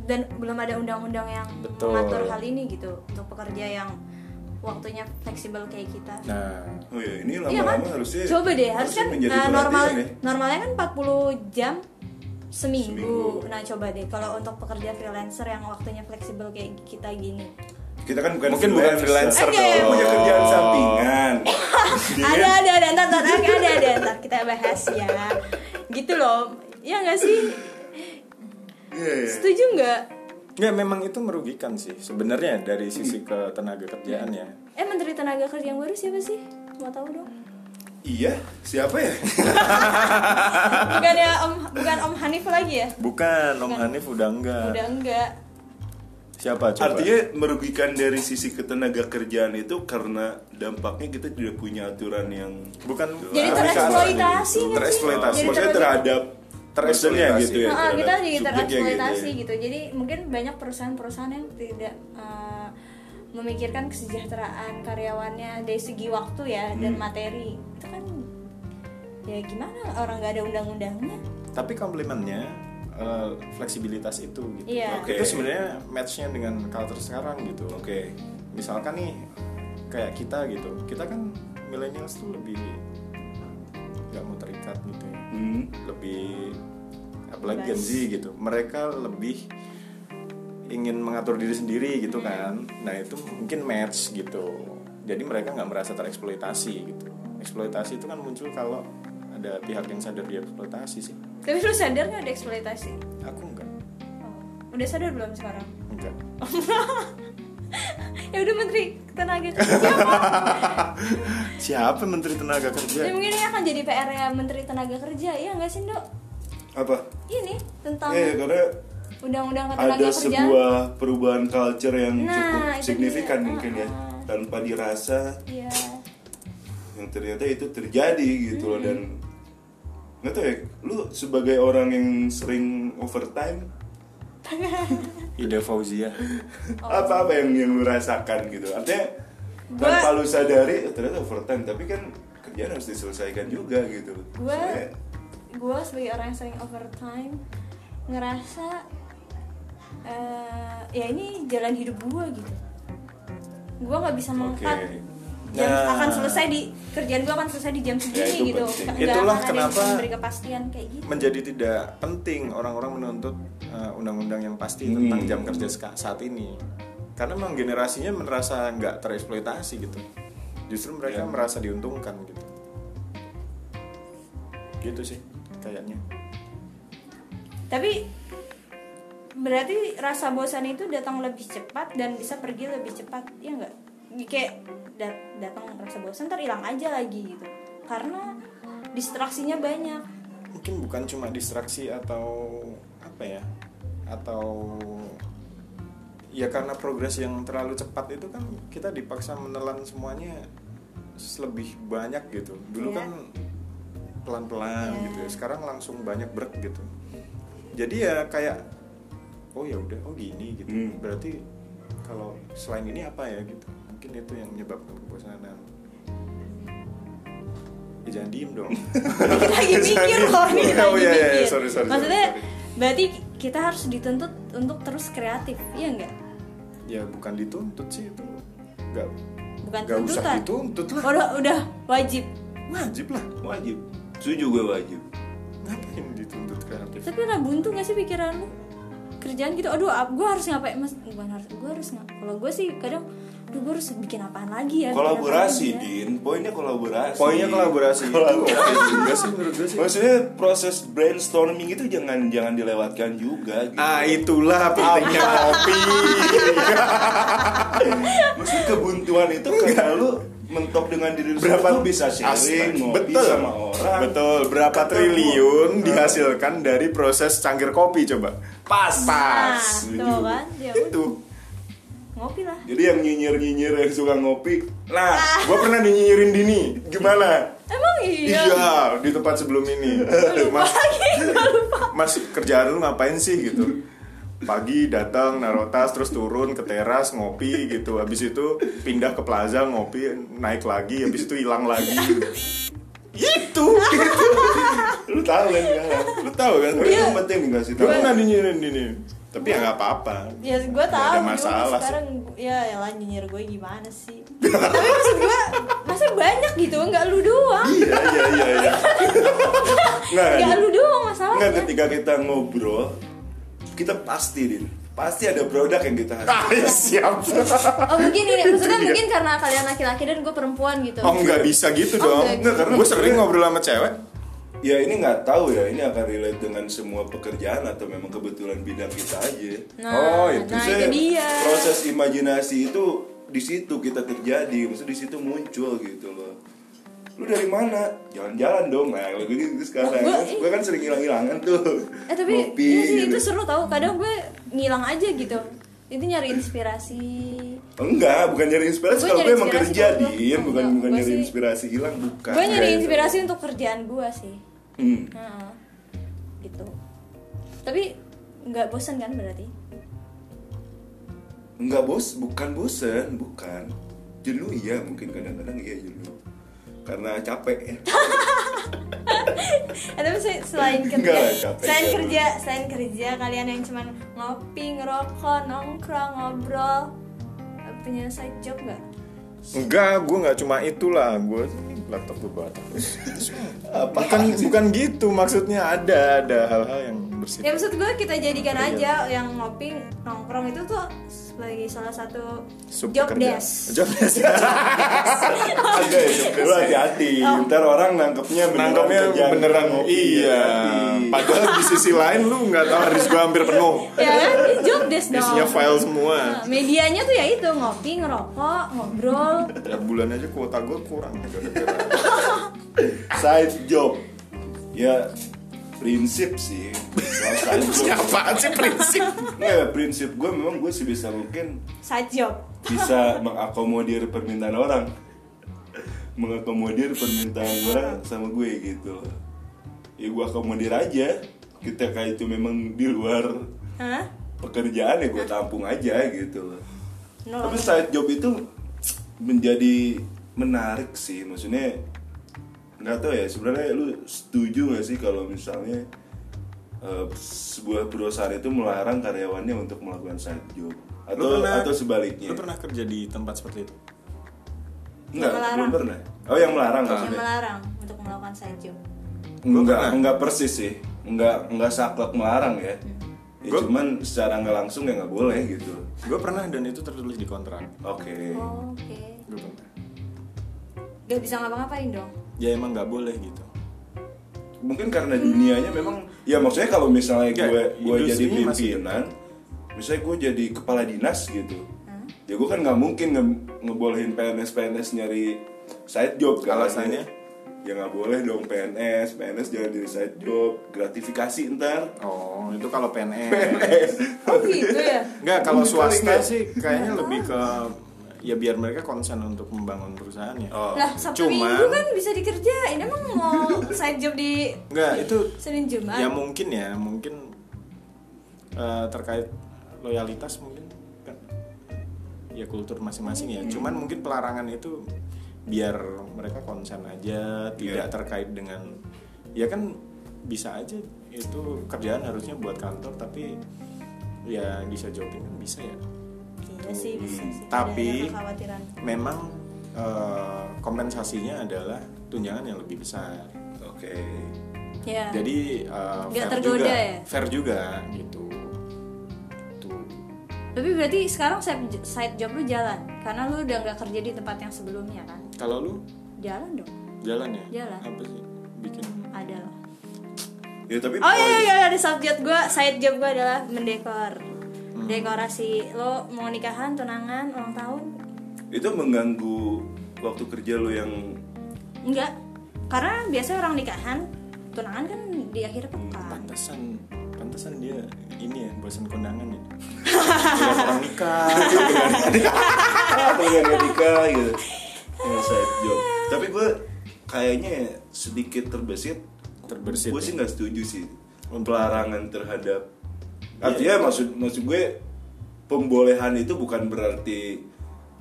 S1: dan belum ada undang-undang yang
S3: Betul.
S1: mengatur hal ini gitu untuk pekerja yang waktunya fleksibel kayak kita.
S3: Nah,
S2: Oh ya, ini
S1: Iya kan?
S2: lama-lama harusnya
S1: Coba deh, harus
S2: harusnya
S1: kan
S2: menjadi
S1: nah, normal
S2: perhatian ya.
S1: normalnya kan 40 jam seminggu.
S2: Seminggu.
S1: Nah, coba deh kalau untuk pekerja freelancer yang waktunya fleksibel kayak kita gini.
S2: Kita kan bukan
S3: mungkin bukan freelancer Oh.
S1: Oke.
S3: dong.
S2: punya kerjaan sampingan. Iya
S1: ada
S2: kan?
S1: ada ada ntar ntar ada ada ada ntar kita bahas ya. Gitu loh. Ya nggak sih?
S2: Iya, iya.
S1: Setuju nggak?
S3: Nggak, memang itu merugikan sih sebenarnya dari sisi ketenaga kerjaan ya.
S1: Eh Menteri Tenaga Kerja yang baru siapa sih? Mau tahu dong.
S2: Iya, siapa ya?
S1: Bukan ya Om bukan Om Hanif lagi ya?
S3: Bukan, Om Hanif udah enggak.
S2: Iya,
S1: Udah enggak.
S3: Siapa coba?
S2: Artinya merugikan dari sisi ketenaga kerjaan itu karena dampaknya kita tidak punya aturan yang
S3: bukan
S1: Jadi
S3: bukan-
S1: tereksploitasi nggak sih?
S2: tereksploitasi.
S1: Jadi
S2: Maksudnya terhadap
S3: Tereksploitasi.
S2: personnya gitu ya.
S1: Nah, kita
S2: terhadap
S1: jadi
S2: subjeknya gitu ya.
S1: tereksploitasi gitu, Jadi mungkin banyak perusahaan-perusahaan yang tidak eh, memikirkan kesejahteraan karyawannya dari segi waktu ya
S2: Hmm.
S1: dan materi. Itu kan ya gimana orang nggak ada undang-undangnya?
S3: Tapi komplimennya eh, fleksibilitas itu gitu.
S1: Iya.
S2: Oke.
S3: Itu sebenarnya matchnya dengan culture sekarang gitu. Oke. Misalkan nih kayak kita gitu. Kita kan millennials tuh lebih nggak mau terikat gitu ya.
S2: Hmm.
S3: lebih apalagi Gen Z gitu mereka lebih ingin mengatur diri sendiri gitu kan nah itu mungkin match gitu jadi mereka nggak merasa tereksploitasi gitu eksploitasi itu kan muncul kalau ada pihak yang sadar dieksploitasi sih
S1: Tapi lu sadar nggak ada eksploitasi?
S3: aku enggak
S1: Oh, Udah sadar belum sekarang?
S3: enggak
S1: ya udah menteri tenaga kerja Pak.
S3: siapa menteri tenaga
S1: Dan
S3: kerja
S1: mungkin ini akan jadi PR ya menteri tenaga kerja. Iya nggak sih, Dok?
S2: Apa?
S1: Ini tentang
S2: Eh, karena
S1: undang-undang ketenaga
S2: ada
S1: kerjaan.
S2: sebuah perubahan culture yang
S1: Nah,
S2: cukup
S1: itu dia.
S2: signifikan mungkin ya,
S1: Ah.
S2: tanpa dirasa
S1: Iya.
S2: yang ternyata itu terjadi gitu loh dan
S1: Hmm.
S2: nggak tahu ya, lu sebagai orang yang sering overtime
S3: ide Fauzia
S2: apa apa yang yang lu rasakan gitu artinya
S1: Oh. Gua-
S2: tanpa lu sadari eh, ternyata overtime tapi kan kerjaan harus diselesaikan juga gitu
S1: gue
S2: Sebenarnya,
S1: gue sebagai orang yang sering overtime ngerasa eh, ya ini jalan hidup gue gitu gue nggak bisa mengangkat
S2: Oke.
S1: jam
S3: Nah.
S1: akan selesai di kerjaan gue akan selesai di jam segini
S2: itu
S1: gitu
S2: penting.
S1: Nggak
S3: Itulah
S1: akan ada yang bisa
S3: kenapa-
S1: memberi kepastian kayak gitu
S3: menjadi tidak penting orang-orang menuntut uh, undang-undang yang pasti
S2: Hmm.
S3: tentang jam kerja seka- saat ini karena memang generasinya merasa nggak tereksploitasi gitu justru mereka
S2: Ya.
S3: merasa diuntungkan gitu gitu sih kayaknya
S1: tapi berarti rasa bosan itu datang lebih cepat dan bisa pergi lebih cepat ya nggak kayak dat- datang rasa bosan ntar hilang aja lagi gitu karena distraksinya banyak
S3: mungkin bukan cuma distraksi atau apa ya atau ya karena progres yang terlalu cepat itu kan kita dipaksa menelan semuanya lebih banyak gitu dulu
S1: Iya.
S3: kan pelan-pelan
S1: Iya.
S3: gitu ya. sekarang langsung banyak brek gitu jadi ya kayak oh ya udah oh gini gitu
S2: Hmm.
S3: berarti kalau selain ini apa ya gitu mungkin itu yang menyebabkan kebosanan ya jangan diem dong
S1: kita lagi mikir loh ini kita
S3: Oh,
S1: lagi
S3: iya, iya,
S1: mikir.
S3: sorry, sorry,
S1: maksudnya
S3: sorry,
S1: berarti kita harus dituntut untuk terus kreatif iya enggak
S3: ya bukan dituntut sih itu nggak
S1: bukan
S3: nggak usah
S1: tuntutan
S3: dituntut lah
S1: udah udah wajib
S3: wajib lah
S2: wajib setuju gue wajib
S3: ngapain dituntut kreatif
S1: tapi udah buntu gak sih pikiran lu kerjaan gitu aduh gue harus ngapain mas bukan harus gue harus ngap kalau gue sih kadang Duh gue harus bikin apaan lagi ya bikin apaan
S2: kolaborasi
S1: lagi ya.
S2: din poinnya kolaborasi
S3: Poinnya kolaborasi itu oke juga sih menurut gue sih.
S2: maksudnya proses brainstorming itu jangan jangan dilewatkan juga gitu.
S3: Ah itulah pentingnya kopi.
S2: maksudnya kebuntuan itu karena lu mentok dengan diri lu
S3: Berapa
S2: sendiri, lu bisa sharing ngopi
S3: betul
S2: sama orang
S3: Betul, berapa
S2: Ketemu.
S3: triliun dihasilkan dari proses cangkir kopi coba? Pas. Pas.
S1: Nah, tuh kan, ya udah,
S3: Itu.
S1: ngopi lah
S2: jadi yang nyinyir nyinyir yang suka ngopi
S3: Nah, gua pernah dinyinyirin Dini. Gimana?
S1: Emang Ah. iya?
S3: Iya, di tempat sebelum ini. Mas, Mas kerjaan lu ngapain sih gitu? Pagi datang naruh tas terus turun ke teras ngopi gitu. Habis itu pindah ke plaza ngopi, naik lagi, habis itu hilang lagi. itu gitu.
S2: lu tahu kan sekarang
S3: Lu tahu kan?
S2: Tapi itu penting nih kasih
S3: Gue
S2: tahu
S3: pernah dinyirin Dini. Tapi ya nggak apa-apa.
S1: Ya gue
S3: Nggak
S1: tahu
S3: ada
S1: cuma
S3: masalah sih.
S1: sekarang ya elah nyinyir gue gimana sih Tapi maksud gue masa banyak gitu nggak lu doang
S2: iya iya iya iya nggak
S3: Iya,
S1: Nggak lu doang masalahnya
S3: kan?
S2: nggak ketika kita ngobrol kita pasti din pasti ada produk yang kita
S3: Ah, ya siap.
S1: Oh mungkin ini maksudnya
S3: Iya.
S1: mungkin karena kalian laki-laki dan gue perempuan gitu
S3: Oh nggak bisa gitu
S1: Oh,
S3: dong.
S1: nggak
S3: Nggak, karena gue sering ngobrol sama cewek.
S2: ya ini nggak tahu ya ini akan relate dengan semua pekerjaan atau memang kebetulan bidang kita aja
S1: Nah,
S3: Oh, itu
S1: nah
S2: Maksudnya
S1: itu dia
S2: proses imajinasi itu di situ kita terjadi maksudnya di situ muncul gitu loh lu dari mana jalan-jalan dong nah kalau gue gitu sekarang
S1: Gua-
S2: gue, kan sering hilang-hilangan tuh
S1: Eh tapi
S2: Ngopi,
S1: iya sih
S2: gitu.
S1: itu seru tau kadang gue ngilang aja gitu Itu nyari inspirasi
S2: enggak bukan nyari inspirasi
S1: Gua
S2: kalau
S1: nyari
S2: gue emang
S1: inspirasi
S2: kerja
S1: kalau gua-
S2: din
S1: oh,
S2: bukan
S1: enggak.
S2: bukan
S1: Gua
S2: nyari
S1: sih-
S2: inspirasi hilang bukan
S1: Gue
S3: Iya,
S1: nyari inspirasi untuk kerjaan gue sih
S2: Hmm.
S1: Heeh. Gitu Tapi nggak bosan kan berarti
S2: Enggak bos, bukan bosen, bukan Jenuh iya, mungkin kadang-kadang iya jenuh Karena capek ya.
S1: Eh, tapi se- selain kerja,
S2: Enggak lah, capek
S1: selain
S2: ya, Bro.
S1: kerja, selain kerja kalian yang cuman ngopi, ngerokok, nongkrong, ngobrol eh, punya side job nggak?
S3: Enggak, gue nggak cuma itulah, gue laptop gue batak. bukan bukan gitu maksudnya ada ada hal-hal yang
S1: Ya
S3: bersifat
S1: maksud gue kita jadikan aja yang ngopi, nongkrong itu tuh sebagai salah satu job
S3: pekerjaan.
S1: desk.
S3: Job desk.
S2: Ada ya, lu hati-hati Ntar orang nangkepnya beneran oh,
S3: Nangkepnya
S2: kerjaan
S3: beneran
S2: ngopi,
S3: iya.
S2: hati-hati.
S3: Padahal di sisi lain lu nggak tahu harus gue hampir penuh.
S1: Ya kan? Ini job desk dong.
S3: Isinya file
S1: Nah,
S3: semua.
S1: medianya tuh ya itu ngopi, ngerokok, ngobrol.
S3: Tiap bulan aja kuota gue kurang.
S2: Side job Ya, prinsip sih Soal side job.
S3: Siapaan sih prinsip?
S2: Nggak, prinsip gue memang gue sebisa mungkin
S1: Side job.
S2: bisa mengakomodir permintaan orang mengakomodir permintaan orang sama gue gitu loh. ya gue akomodir aja ketika itu memang di luar
S1: Hah?
S2: pekerjaan ya gue tampung aja gitu loh.
S1: No.
S2: tapi side job itu menjadi menarik sih maksudnya nggak tahu ya sebenarnya lu setuju nggak sih kalau misalnya eh, sebuah perusahaan itu melarang karyawannya untuk melakukan side job atau atau sebaliknya
S3: Lu pernah kerja di tempat seperti itu?
S2: Enggak,
S1: Yang melarang.
S2: belum pernah. Oh, yang melarang
S1: Yang
S2: maksudnya.
S1: melarang untuk melakukan side job.
S2: Enggak,
S3: pernah.
S2: enggak persis sih. Enggak enggak saklek melarang ya. Ya,
S3: Gua-
S2: cuman secara nggak langsung ya nggak boleh gitu.
S3: Gue pernah dan itu tertulis di kontrak.
S2: Oke.
S1: Oke.
S3: Gue pernah.
S1: Gak bisa ngapa-ngapain dong.
S3: Ya emang nggak boleh gitu.
S2: Mungkin karena dunianya memang ya maksudnya kalau misalnya
S3: Ya,
S2: gue gue jadi
S3: industrinya masih-
S2: pimpinan, misalnya gue jadi kepala dinas gitu. Ya gue kan nggak mungkin nge- ngebolehin PNS-PNS nyari side job kan.
S3: Alasannya?
S2: Ya nggak boleh dong PNS, PNS jangan jadi side job, gratifikasi ntar.
S3: Oh, itu kalau PNS.
S1: Oh gitu ya.
S3: Enggak, kalau
S2: Mungkin kali
S3: swasta
S2: nggak.
S3: sih kayaknya lebih ke ya biar mereka konsen untuk membangun ya. perusahaannya.
S2: Oh.
S1: Lah Sabtu
S3: Cuman-
S1: Minggu kan bisa dikerjain. Emang mau side job di
S3: Enggak, itu
S1: Senin Jumat?
S3: ya mungkin ya, mungkin eh, terkait loyalitas mungkin kan ya kultur masing-masing ya. Cuman mungkin pelarangan itu biar mereka konsen aja, tidak
S2: Iya.
S3: terkait dengan ya kan bisa aja itu kerjaan harusnya buat kantor tapi ya bisa jobin kan bisa ya.
S1: Iya sih bisa sih.
S3: Hmm,
S1: Tidak ada
S3: Tapi-
S1: kekhawatiran.
S3: memang eh, kompensasinya adalah tunjangan yang lebih besar.
S2: Oke.
S1: Ya.
S2: Iya.
S3: Jadi eh,
S1: Nggak
S3: fair
S2: ya?
S1: tergoda
S3: juga,
S1: ya?
S3: fair juga gitu. Tuh.
S1: tapi berarti sekarang side side job lu jalan karena lu udah nggak kerja di tempat yang sebelumnya kan
S3: Kalau lu
S1: jalan dong
S3: jalan ya?
S1: Jalan.
S3: Apa sih? Bikin
S1: ada lah
S2: ya tapi
S1: oh iya
S2: poin-
S1: iya iya, ada side job gue side job gue adalah mendekor
S3: Hmm.
S1: dekorasi lo mau nikahan tunangan ulang tahun
S2: itu mengganggu waktu kerja lo yang
S1: enggak karena biasanya orang nikahan tunangan kan di akhir pekan
S3: pantesan pantesan dia ini ya bosan kondangan ya. Ngeliat orang nikah. gitu kan.
S2: apa yang gak nikah gitu yang side job tapi gue kayaknya sedikit terbesit
S3: Terbersit.
S2: gue sih nggak setuju sih
S3: Untuk-
S2: pelarangan terhadap
S3: Iya.
S2: artinya maksud maksud gue pembolehan itu bukan berarti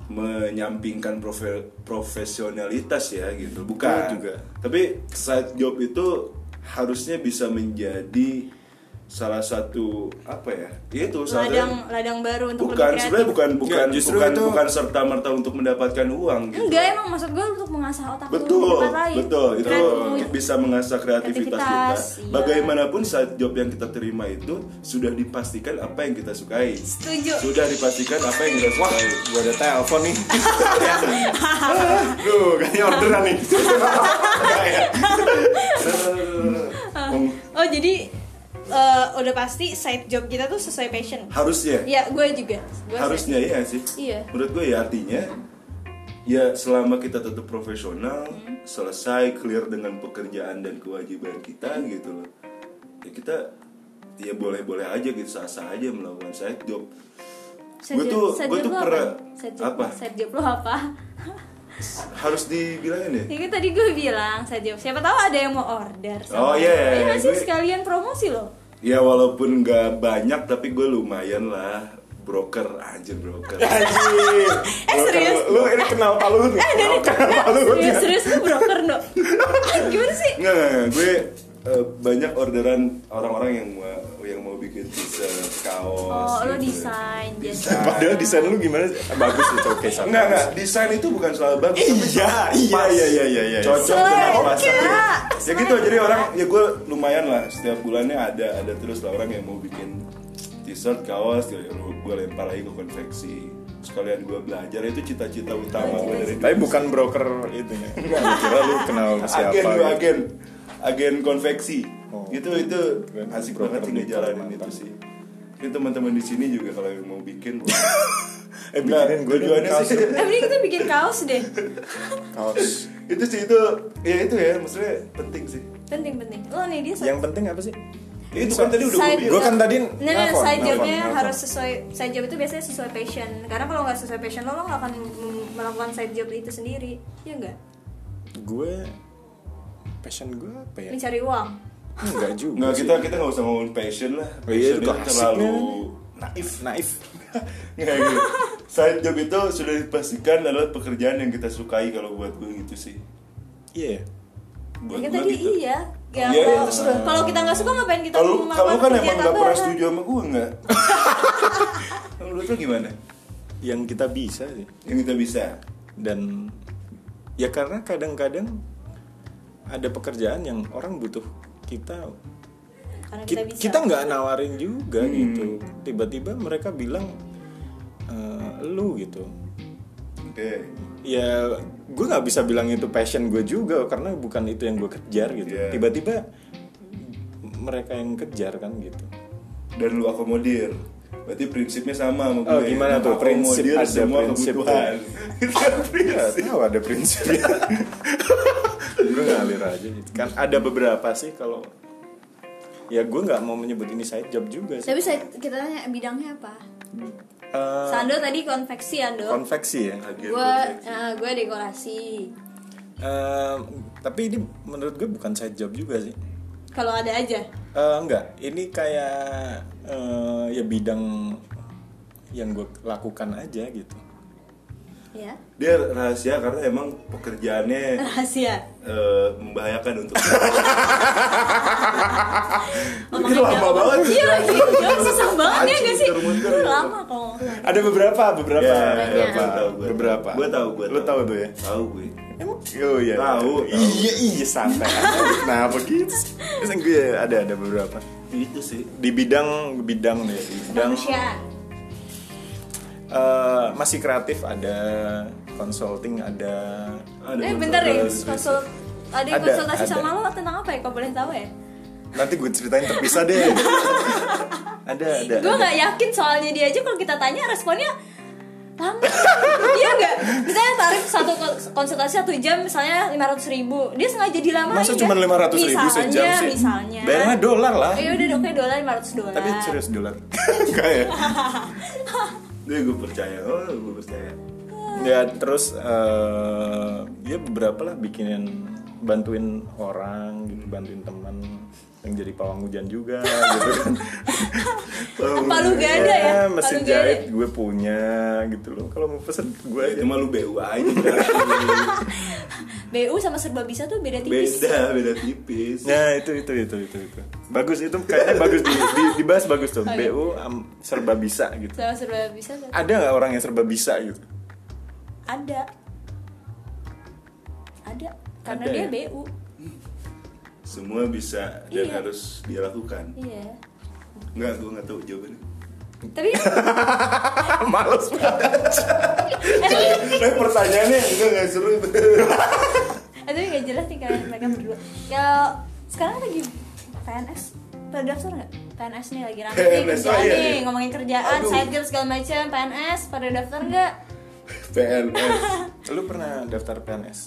S2: menyampingkan profe- profesionalitas ya gitu bukan
S3: Betul juga.
S2: tapi side job itu harusnya bisa menjadi salah satu apa ya itu salah satu-
S1: ladang ladang baru untuk
S2: bukan
S1: lebih
S2: sebenarnya
S1: kreatif.
S2: bukan bukan
S3: Nggak, justru
S2: bukan,
S3: itu-
S2: bukan serta merta untuk mendapatkan uang gitu
S1: enggak emang maksud gue untuk mengasah otak lu di
S2: betul
S1: tempat lain.
S2: betul itu
S1: Kan lu
S2: bisa mengasah kreativitas,
S1: Kreativitas,
S2: kita
S1: iya.
S2: bagaimanapun saat job yang kita terima itu sudah dipastikan apa yang kita sukai
S1: setuju
S2: sudah dipastikan apa yang kita
S3: Wah,
S2: sukai
S3: gua ada telepon nih.
S2: Duh, kayaknya orderan nih ya. Meng-
S1: oh jadi eh, udah pasti side job kita tuh sesuai passion
S2: harusnya
S1: ya gue juga Gua
S2: harusnya iya sih
S1: Iya.
S2: menurut gue ya artinya ya selama kita tetap profesional
S1: Hmm.
S2: selesai clear dengan pekerjaan dan kewajiban kita
S1: Hmm.
S2: gitu loh ya kita ya boleh-boleh aja gitu sah-sah aja melakukan side job
S1: side
S2: Gua
S1: job-
S2: tuh-
S1: side
S2: gua
S1: job
S2: tuh
S1: lu
S2: pernah-
S1: side job,
S2: apa?
S1: side job lu apa
S2: harus dibilangin ya
S1: ya kan tadi gue bilang side job siapa tahu ada yang mau order sama
S2: Oh, iya,
S1: lu.
S2: iya,
S1: Iya
S2: iya,
S1: sih
S2: gue-
S1: sekalian promosi loh
S2: ya walaupun nggak banyak tapi gue lumayan lah broker anjir broker
S3: Anjir.
S1: Eh,
S3: Lu-
S1: serius?
S3: Lu ini kenal palu nih. Kenal palu.
S1: serius Eh, serius lu broker no gimana sih
S2: Nggak, nggak, nggak. gue eh, banyak orderan orang-orang yang mau yang mau bikin t-shirt, kaos.
S1: oh lu
S2: gitu.
S1: desain jadi
S3: Padahal desain lu gimana? sih? Ah, Bagus itu oke. sama.
S2: Enggak enggak, desain itu bukan soal bagus. tapi
S3: Iya,
S2: soal
S3: iya,
S2: pas.
S3: iya, iya, iya, iya.
S2: Cocok
S1: Selera.
S2: dengan pasarnya. Ya gitu, jadi orang ya gue lumayan lah setiap bulannya ada ada terus lah orang yang mau bikin t-shirt, kaos, gitu. gue lempar lagi ke konveksi. Sekalian gue belajar itu cita-cita utama gue dari
S3: Tapi bukan broker itu ya. Gua Kira lu kenal siapa?
S2: agen lu
S3: gitu.
S2: agen agen konveksi
S3: Oh.
S2: itu itu
S3: Keren.
S2: asik banget sih
S3: Broker
S2: ngejalanin
S3: di
S2: itu sih ini teman-teman di sini juga kalau yang mau bikin boleh.
S3: Eh bikinin
S2: Nah,
S3: gue dulu
S2: tujuannya
S3: kaos.
S2: sih
S1: eh mending kita bikin kaos deh
S3: Kaos.
S2: itu sih itu ya itu ya maksudnya penting sih
S1: penting penting lo nih dia
S3: Yang penting apa sih?
S2: Ya, itu kan tadi udah gue
S1: Side
S2: bilang
S3: Gua kan
S1: job.
S3: tadi
S1: Nah, nah,
S3: nelfon,
S1: side
S3: nelfon,
S1: jobnya
S3: nelfon.
S1: harus sesuai side job itu biasanya sesuai passion karena kalau nggak sesuai passion lo lo nggak akan m- melakukan side job itu sendiri ya enggak
S3: Gue passion gue apa ya?
S1: mencari uang
S3: Enggak juga.
S2: nggak
S3: sih.
S2: kita kita nggak usah ngomongin passion lah
S3: Oh iya,
S2: Passion
S3: itu asik
S2: terlalu
S3: nih.
S2: naif
S3: naif.
S2: nggak gitu side job itu sudah dipastikan adalah pekerjaan yang kita sukai kalau buat gue gitu sih
S3: Iya.
S2: buat
S1: ya
S2: gue
S1: kan tadi
S2: gitu
S1: iya Ya,
S2: Iya,
S1: kalau-
S2: terserah.
S1: kalau kita nggak suka ngapain kita
S2: kalau
S1: melakukan
S2: kalau kan emang
S1: kerjaan
S2: nggak pernah
S1: tambahan?
S2: setuju sama gue nggak menurut lu gimana
S3: Yang kita bisa sih.
S2: yang kita bisa
S3: dan ya karena kadang-kadang ada pekerjaan yang orang butuh kita
S1: karena
S3: Ki-
S1: kita bisa
S3: kita nggak nawarin juga
S2: Hmm.
S3: gitu tiba-tiba mereka bilang "Eh, lu gitu
S2: Oke.
S3: ya gue nggak bisa bilang itu passion gue juga karena bukan itu yang gue kejar gitu
S2: Iya.
S3: tiba-tiba mereka yang kejar kan gitu
S2: Dan lu akomodir. Berarti prinsipnya sama sama
S3: Oh,
S2: gue.
S3: gimana tuh? Prinsip,
S2: Akomodir
S3: ada
S2: semua
S3: prinsip ya?
S2: kebutuhan. Itu kan
S3: Nggak
S2: prinsip.
S3: Iya, tahu ada prinsipnya gue Iya. ngalir aja gitu kan ada beberapa sih kalau ya gue nggak mau menyebut ini side job juga sih
S1: tapi saya kita tanya bidangnya apa
S3: Eh,
S1: Sando tadi konveksi Ando
S3: konveksi ya
S2: Agen
S1: gue
S2: proteksi.
S1: gue eh, dekorasi
S3: Eh, tapi ini menurut gue bukan side job juga sih
S1: kalau ada aja
S3: Eh, enggak ini kayak eh, ya bidang yang gue lakukan aja gitu
S1: ya
S2: Dia rahasia karena emang pekerjaannya
S1: rahasia
S2: eh, membahayakan untuk
S1: Ngomongin
S2: lama
S1: apa?
S2: banget.
S1: iya lagi Jangan susah banget ya nggak sih
S2: Muter-muter.
S1: Lu lama kok
S3: ada beberapa beberapa
S2: Ya,
S3: beberapa
S2: gua tahu, gua tahu.
S3: beberapa
S2: Gua tahu, gua
S3: Lu tahu tuh ya
S2: tahu gue.
S3: Emang? Oh iya.
S2: Tahu, tahu.
S3: Iya iya santai. aja. Kenapa gitu? Terus yang gue ada ada beberapa
S2: Itu sih.
S3: di bidang bidang nih di bidang
S1: manusiaan
S3: eh, masih kreatif ada consulting ada
S2: Ada
S1: eh
S2: konsultan
S1: bentar ya
S2: bisnis.
S1: konsul ada yang
S3: Ada,
S1: konsultasi
S3: ada.
S1: sama lo tentang apa ya kau boleh tahu ya
S3: nanti gue ceritain terpisah deh ada ada
S1: gue
S3: ada.
S1: nggak yakin soalnya dia aja kalau kita tanya responnya lama dia nggak misalnya tarif satu kon- konsultasi satu jam misalnya lima ratus ribu dia sengaja dilamain kan?
S3: masa cuma lima ratus ribu sejam sih
S1: misalnya
S3: bayarnya dolar lah
S1: Eh udah oke dolar lima ratus dolar
S3: tapi serius dolar enggak ya
S2: Nih gue percaya, oh gue percaya.
S3: ya terus eh ya beberapa lah bikinin bantuin orang gitu bantuin teman yang jadi pawang hujan juga gitu kan
S1: apa lu gak ada ya
S3: Ya,
S1: Apa
S3: mesin
S1: lu gak ada?
S3: jahit gue punya gitu loh kalau mau pesen gue
S2: Gue
S3: aja
S2: itu mah lu BU aja.
S1: bu sama serba bisa tuh beda tipis
S2: beda, beda tipis.
S3: Nah itu itu itu itu itu bagus itu kayaknya bagus di, di- dibahas bagus tuh
S1: Oke.
S3: BU am- serba bisa gitu
S1: sama serba bisa tuh.
S3: ada nggak orang yang serba bisa gitu
S1: ada ada karena
S3: Ada
S1: dia
S3: ya?
S1: bu
S2: Semua bisa dan
S1: Iya.
S2: harus dia lakukan.
S1: iya
S2: Enggak, gue nggak tahu jawabannya.
S1: tapi
S3: males banget
S1: eh,
S2: Eh pertanyaannya enggak nggak seru.
S1: Eh, tapi gak jelas nih kalian mereka berdua ya sekarang lagi PNS pada daftar nggak PNS nih lagi rame nih
S2: PNS,
S1: kerjaan
S2: oh iya,
S1: nih
S2: iya.
S1: ngomongin kerjaan
S2: Aduh.
S1: side job segala macam PNS pada daftar nggak
S2: PNS.
S3: lu pernah daftar PNS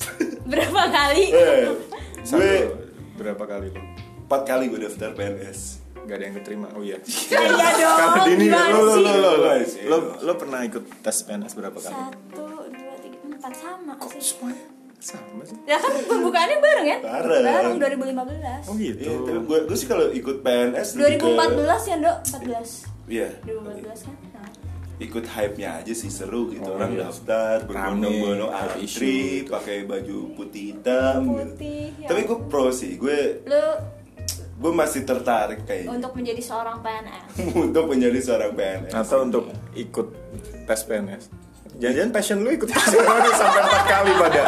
S1: berapa kali
S2: Eh, gue
S3: Sampai berapa kali lu
S2: empat kali gue daftar PNS.
S3: nggak ada yang keterima oh iya
S1: iya dong
S3: Karena dini
S1: gimana
S3: lo lo
S1: sih?
S3: lo lo lo
S2: sih?
S3: lo lo pernah ikut tes PNS berapa kali
S1: satu dua tiga empat sama sih
S3: semuanya sama sih
S1: ya kan pembukaannya bareng ya
S2: Bareng.
S1: bareng
S3: oh
S1: 2015
S3: gitu
S2: Iya, tapi gue gue sih kalau ikut PNS lebih ke-
S1: 2014 ya dok 14
S2: Iya.
S1: 2014 kan Nah.
S2: ikut hype-nya aja sih seru gitu
S3: Oh,
S2: orang
S3: iya.
S2: daftar berbondong-bondong
S3: Rame, ada
S2: antri
S3: isu.
S2: pakai baju putih hitam gitu.
S1: Nah, Putih, ya.
S2: tapi gue pro sih gue
S1: lu
S2: gue masih tertarik kayaknya
S1: untuk menjadi seorang PNS
S2: untuk menjadi seorang PNS
S3: atau untuk ikut tes PNS jangan-jangan passion lu ikut tes PNS sampai empat kali pada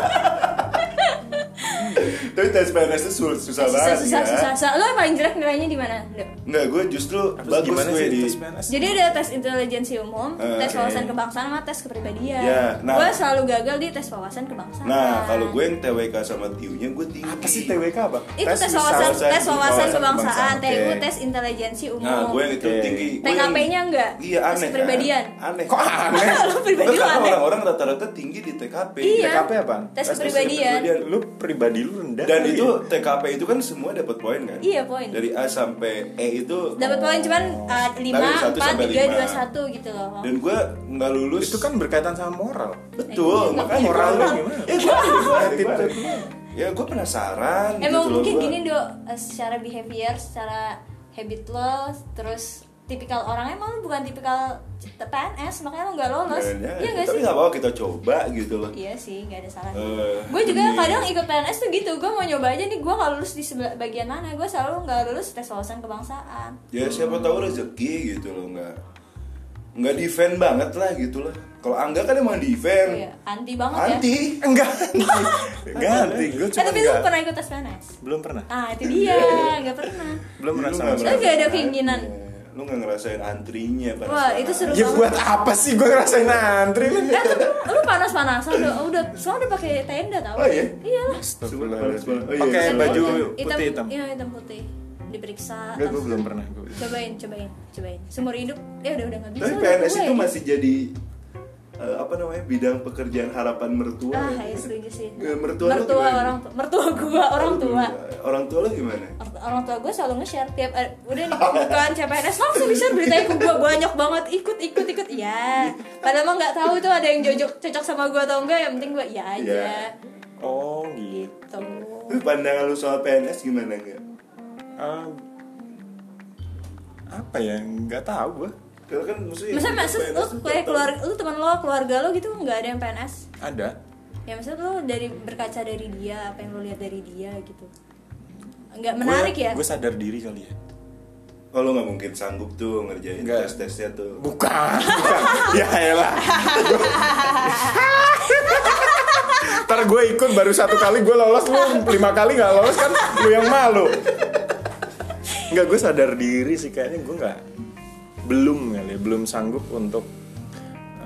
S2: tapi tes PNS itu sul-
S1: Eh, susah
S2: susah, banget
S1: susah
S2: ya.
S1: susah susah lo yang paling jelek nilainya di mana Dok?
S2: nggak gue justru
S3: Terus
S2: bagus
S3: gimana
S2: gue
S3: sih
S2: di
S3: tes PNS
S1: jadi ada tes intelijensi umum
S2: Eh,
S1: tes
S2: oke.
S1: wawasan kebangsaan sama tes kepribadian
S2: Ya, nah.
S1: gue selalu gagal di tes wawasan kebangsaan
S2: nah kalau gue yang TWK sama TIU-nya gue tinggi
S3: apa sih TWK apa?
S1: itu tes, wawasan
S2: wawasan-
S1: tes wawasan
S2: wawasan
S1: kebangsaan TU
S3: kebangsaan, oke.
S1: tes intelijensi umum
S2: nah gue yang itu
S3: Oke.
S2: tinggi Gue yang-
S1: TKP-nya enggak
S2: iya
S1: tes
S2: aneh kan?
S1: kepribadian
S2: aneh
S3: Kok aneh?
S1: Lo pribadi
S2: Terus
S1: lo
S2: karena
S1: aneh
S2: orang-orang rata-rata tinggi di TKP
S1: Iya.
S3: TKP apa? ya,
S1: Tes
S2: Tes
S1: kepribadian
S2: kepribadian.
S3: Lu pribadi lu rendah.
S2: Dan
S3: kali
S2: itu
S3: ya?
S2: TKP itu kan semua dapat poin kan?
S1: Iya, poin.
S2: Dari A sampai E itu
S1: dapat poin cuman uh, lima
S2: Dari satu
S1: empat
S2: sampai
S1: tiga
S2: lima.
S1: dua satu gitu loh
S2: dan gue nggak lulus.
S3: itu kan berkaitan sama moral.
S1: Eh,
S2: betul makanya
S1: iya,
S3: Moral lu
S2: gua-
S3: gimana?
S2: Eh, gua- gua-
S3: Attitude
S2: gua- Ya gue penasaran.
S1: Emang
S2: gitu loh,
S1: mungkin
S2: gua.
S1: gini dok, eh, secara behavior, secara habit lo, terus tipikal orangnya emang lo bukan tipikal c- PNS, makanya lo nggak lolos.
S2: Jangan-jangan.
S1: Iya nggak
S2: Tapi
S1: sih?
S2: nggak apa-apa kita coba gitu loh.
S1: Iya sih, nggak ada salahnya.
S2: Eh,
S1: gue juga
S2: ini-
S1: kadang ikut PNS tuh gitu, gue mau nyoba aja nih, gue nggak lulus di sebelah bagian mana, gue selalu nggak lulus tes wawasan kebangsaan.
S2: Ya siapa tahu rezeki gitu loh nggak nggak defend banget lah gitu loh. Kalau Angga kan emang
S1: Iya,
S2: defend.
S1: anti banget ya.
S2: Anti.
S3: Enggak. Ganti, gue
S1: Eh,
S3: cuma
S1: tapi lo
S3: enggak.
S1: pernah ikut tes PNS?
S3: Belum pernah.
S1: Ah itu dia,
S2: Iya.
S1: nggak pernah.
S3: Belum
S2: Lu
S3: pernah
S2: nggak
S3: sama
S1: Saya
S2: ngerasain
S1: nggak ada
S2: antrinya.
S1: keinginan.
S2: Lu nggak ngerasain antrinya.
S1: Wah, itu seru
S3: Ya buat apa sih gue ngerasain antri lu?
S1: Eh, tapi lu panas-panasan udah, oh, udah, soalnya udah pakai tenda tau?
S2: Oh, iya?
S1: Iyalah.
S3: Astagfirullahaladzim.
S2: Oh, iya,
S3: Pakai
S2: iya.
S3: baju
S1: hitam,
S3: putih hitam.
S1: Iya hitam putih. Diperiksa.
S3: Enggak, gue
S1: tas-
S3: belum pernah. Gua-
S1: Cobain, cobain, cobain. Seumur hidup ya udah udah nggak bisa.
S2: Tapi
S1: udah
S2: PNS
S1: tua
S2: itu
S1: ya.
S2: masih jadi eh, apa namanya bidang pekerjaan harapan mertua.
S1: Ah,
S2: ya?
S1: ya setuju sih.
S2: Eh, mertua, lu
S1: mertua
S2: gimana?
S1: orang tua, mertua gua orang tua.
S2: Orang tua lo gimana?
S1: Or- Orang tua gue selalu nge-share tiap eh, udah nih pembukaan CPNS langsung di-share beritanya ke gue banyak banget ikut ikut ikut ya. Padahal mah nggak tahu tuh ada yang cocok cocok sama gue atau enggak yang penting gue ya aja.
S2: Iya.
S3: Oh gitu.
S1: Tuh.
S2: Tapi pandangan lu soal PNS gimana enggak?
S3: Ah, apa ya? Enggak tahu gue.
S2: Kalau kan maksudnya
S1: Masa maksud lu
S2: PNS tuh
S1: kayak
S2: tau-
S1: keluar lu teman lo keluarga lo gitu nggak ada yang PNS?
S3: Ada.
S1: ya maksudnya lu dari berkaca dari dia apa yang lu lihat dari dia gitu nggak menarik ya
S3: Gue sadar diri kali ya.
S2: Oh lu nggak mungkin sanggup tuh ngerjain
S3: Nggak.
S2: tes tesnya tuh.
S3: Bukan, bukan. ya elah. Ntar gue ikut baru satu kali gue lolos, lu lima kali nggak lolos kan lu yang malu. Nggak, gue sadar diri sih kayaknya gue nggak belum kali, ya, belum sanggup untuk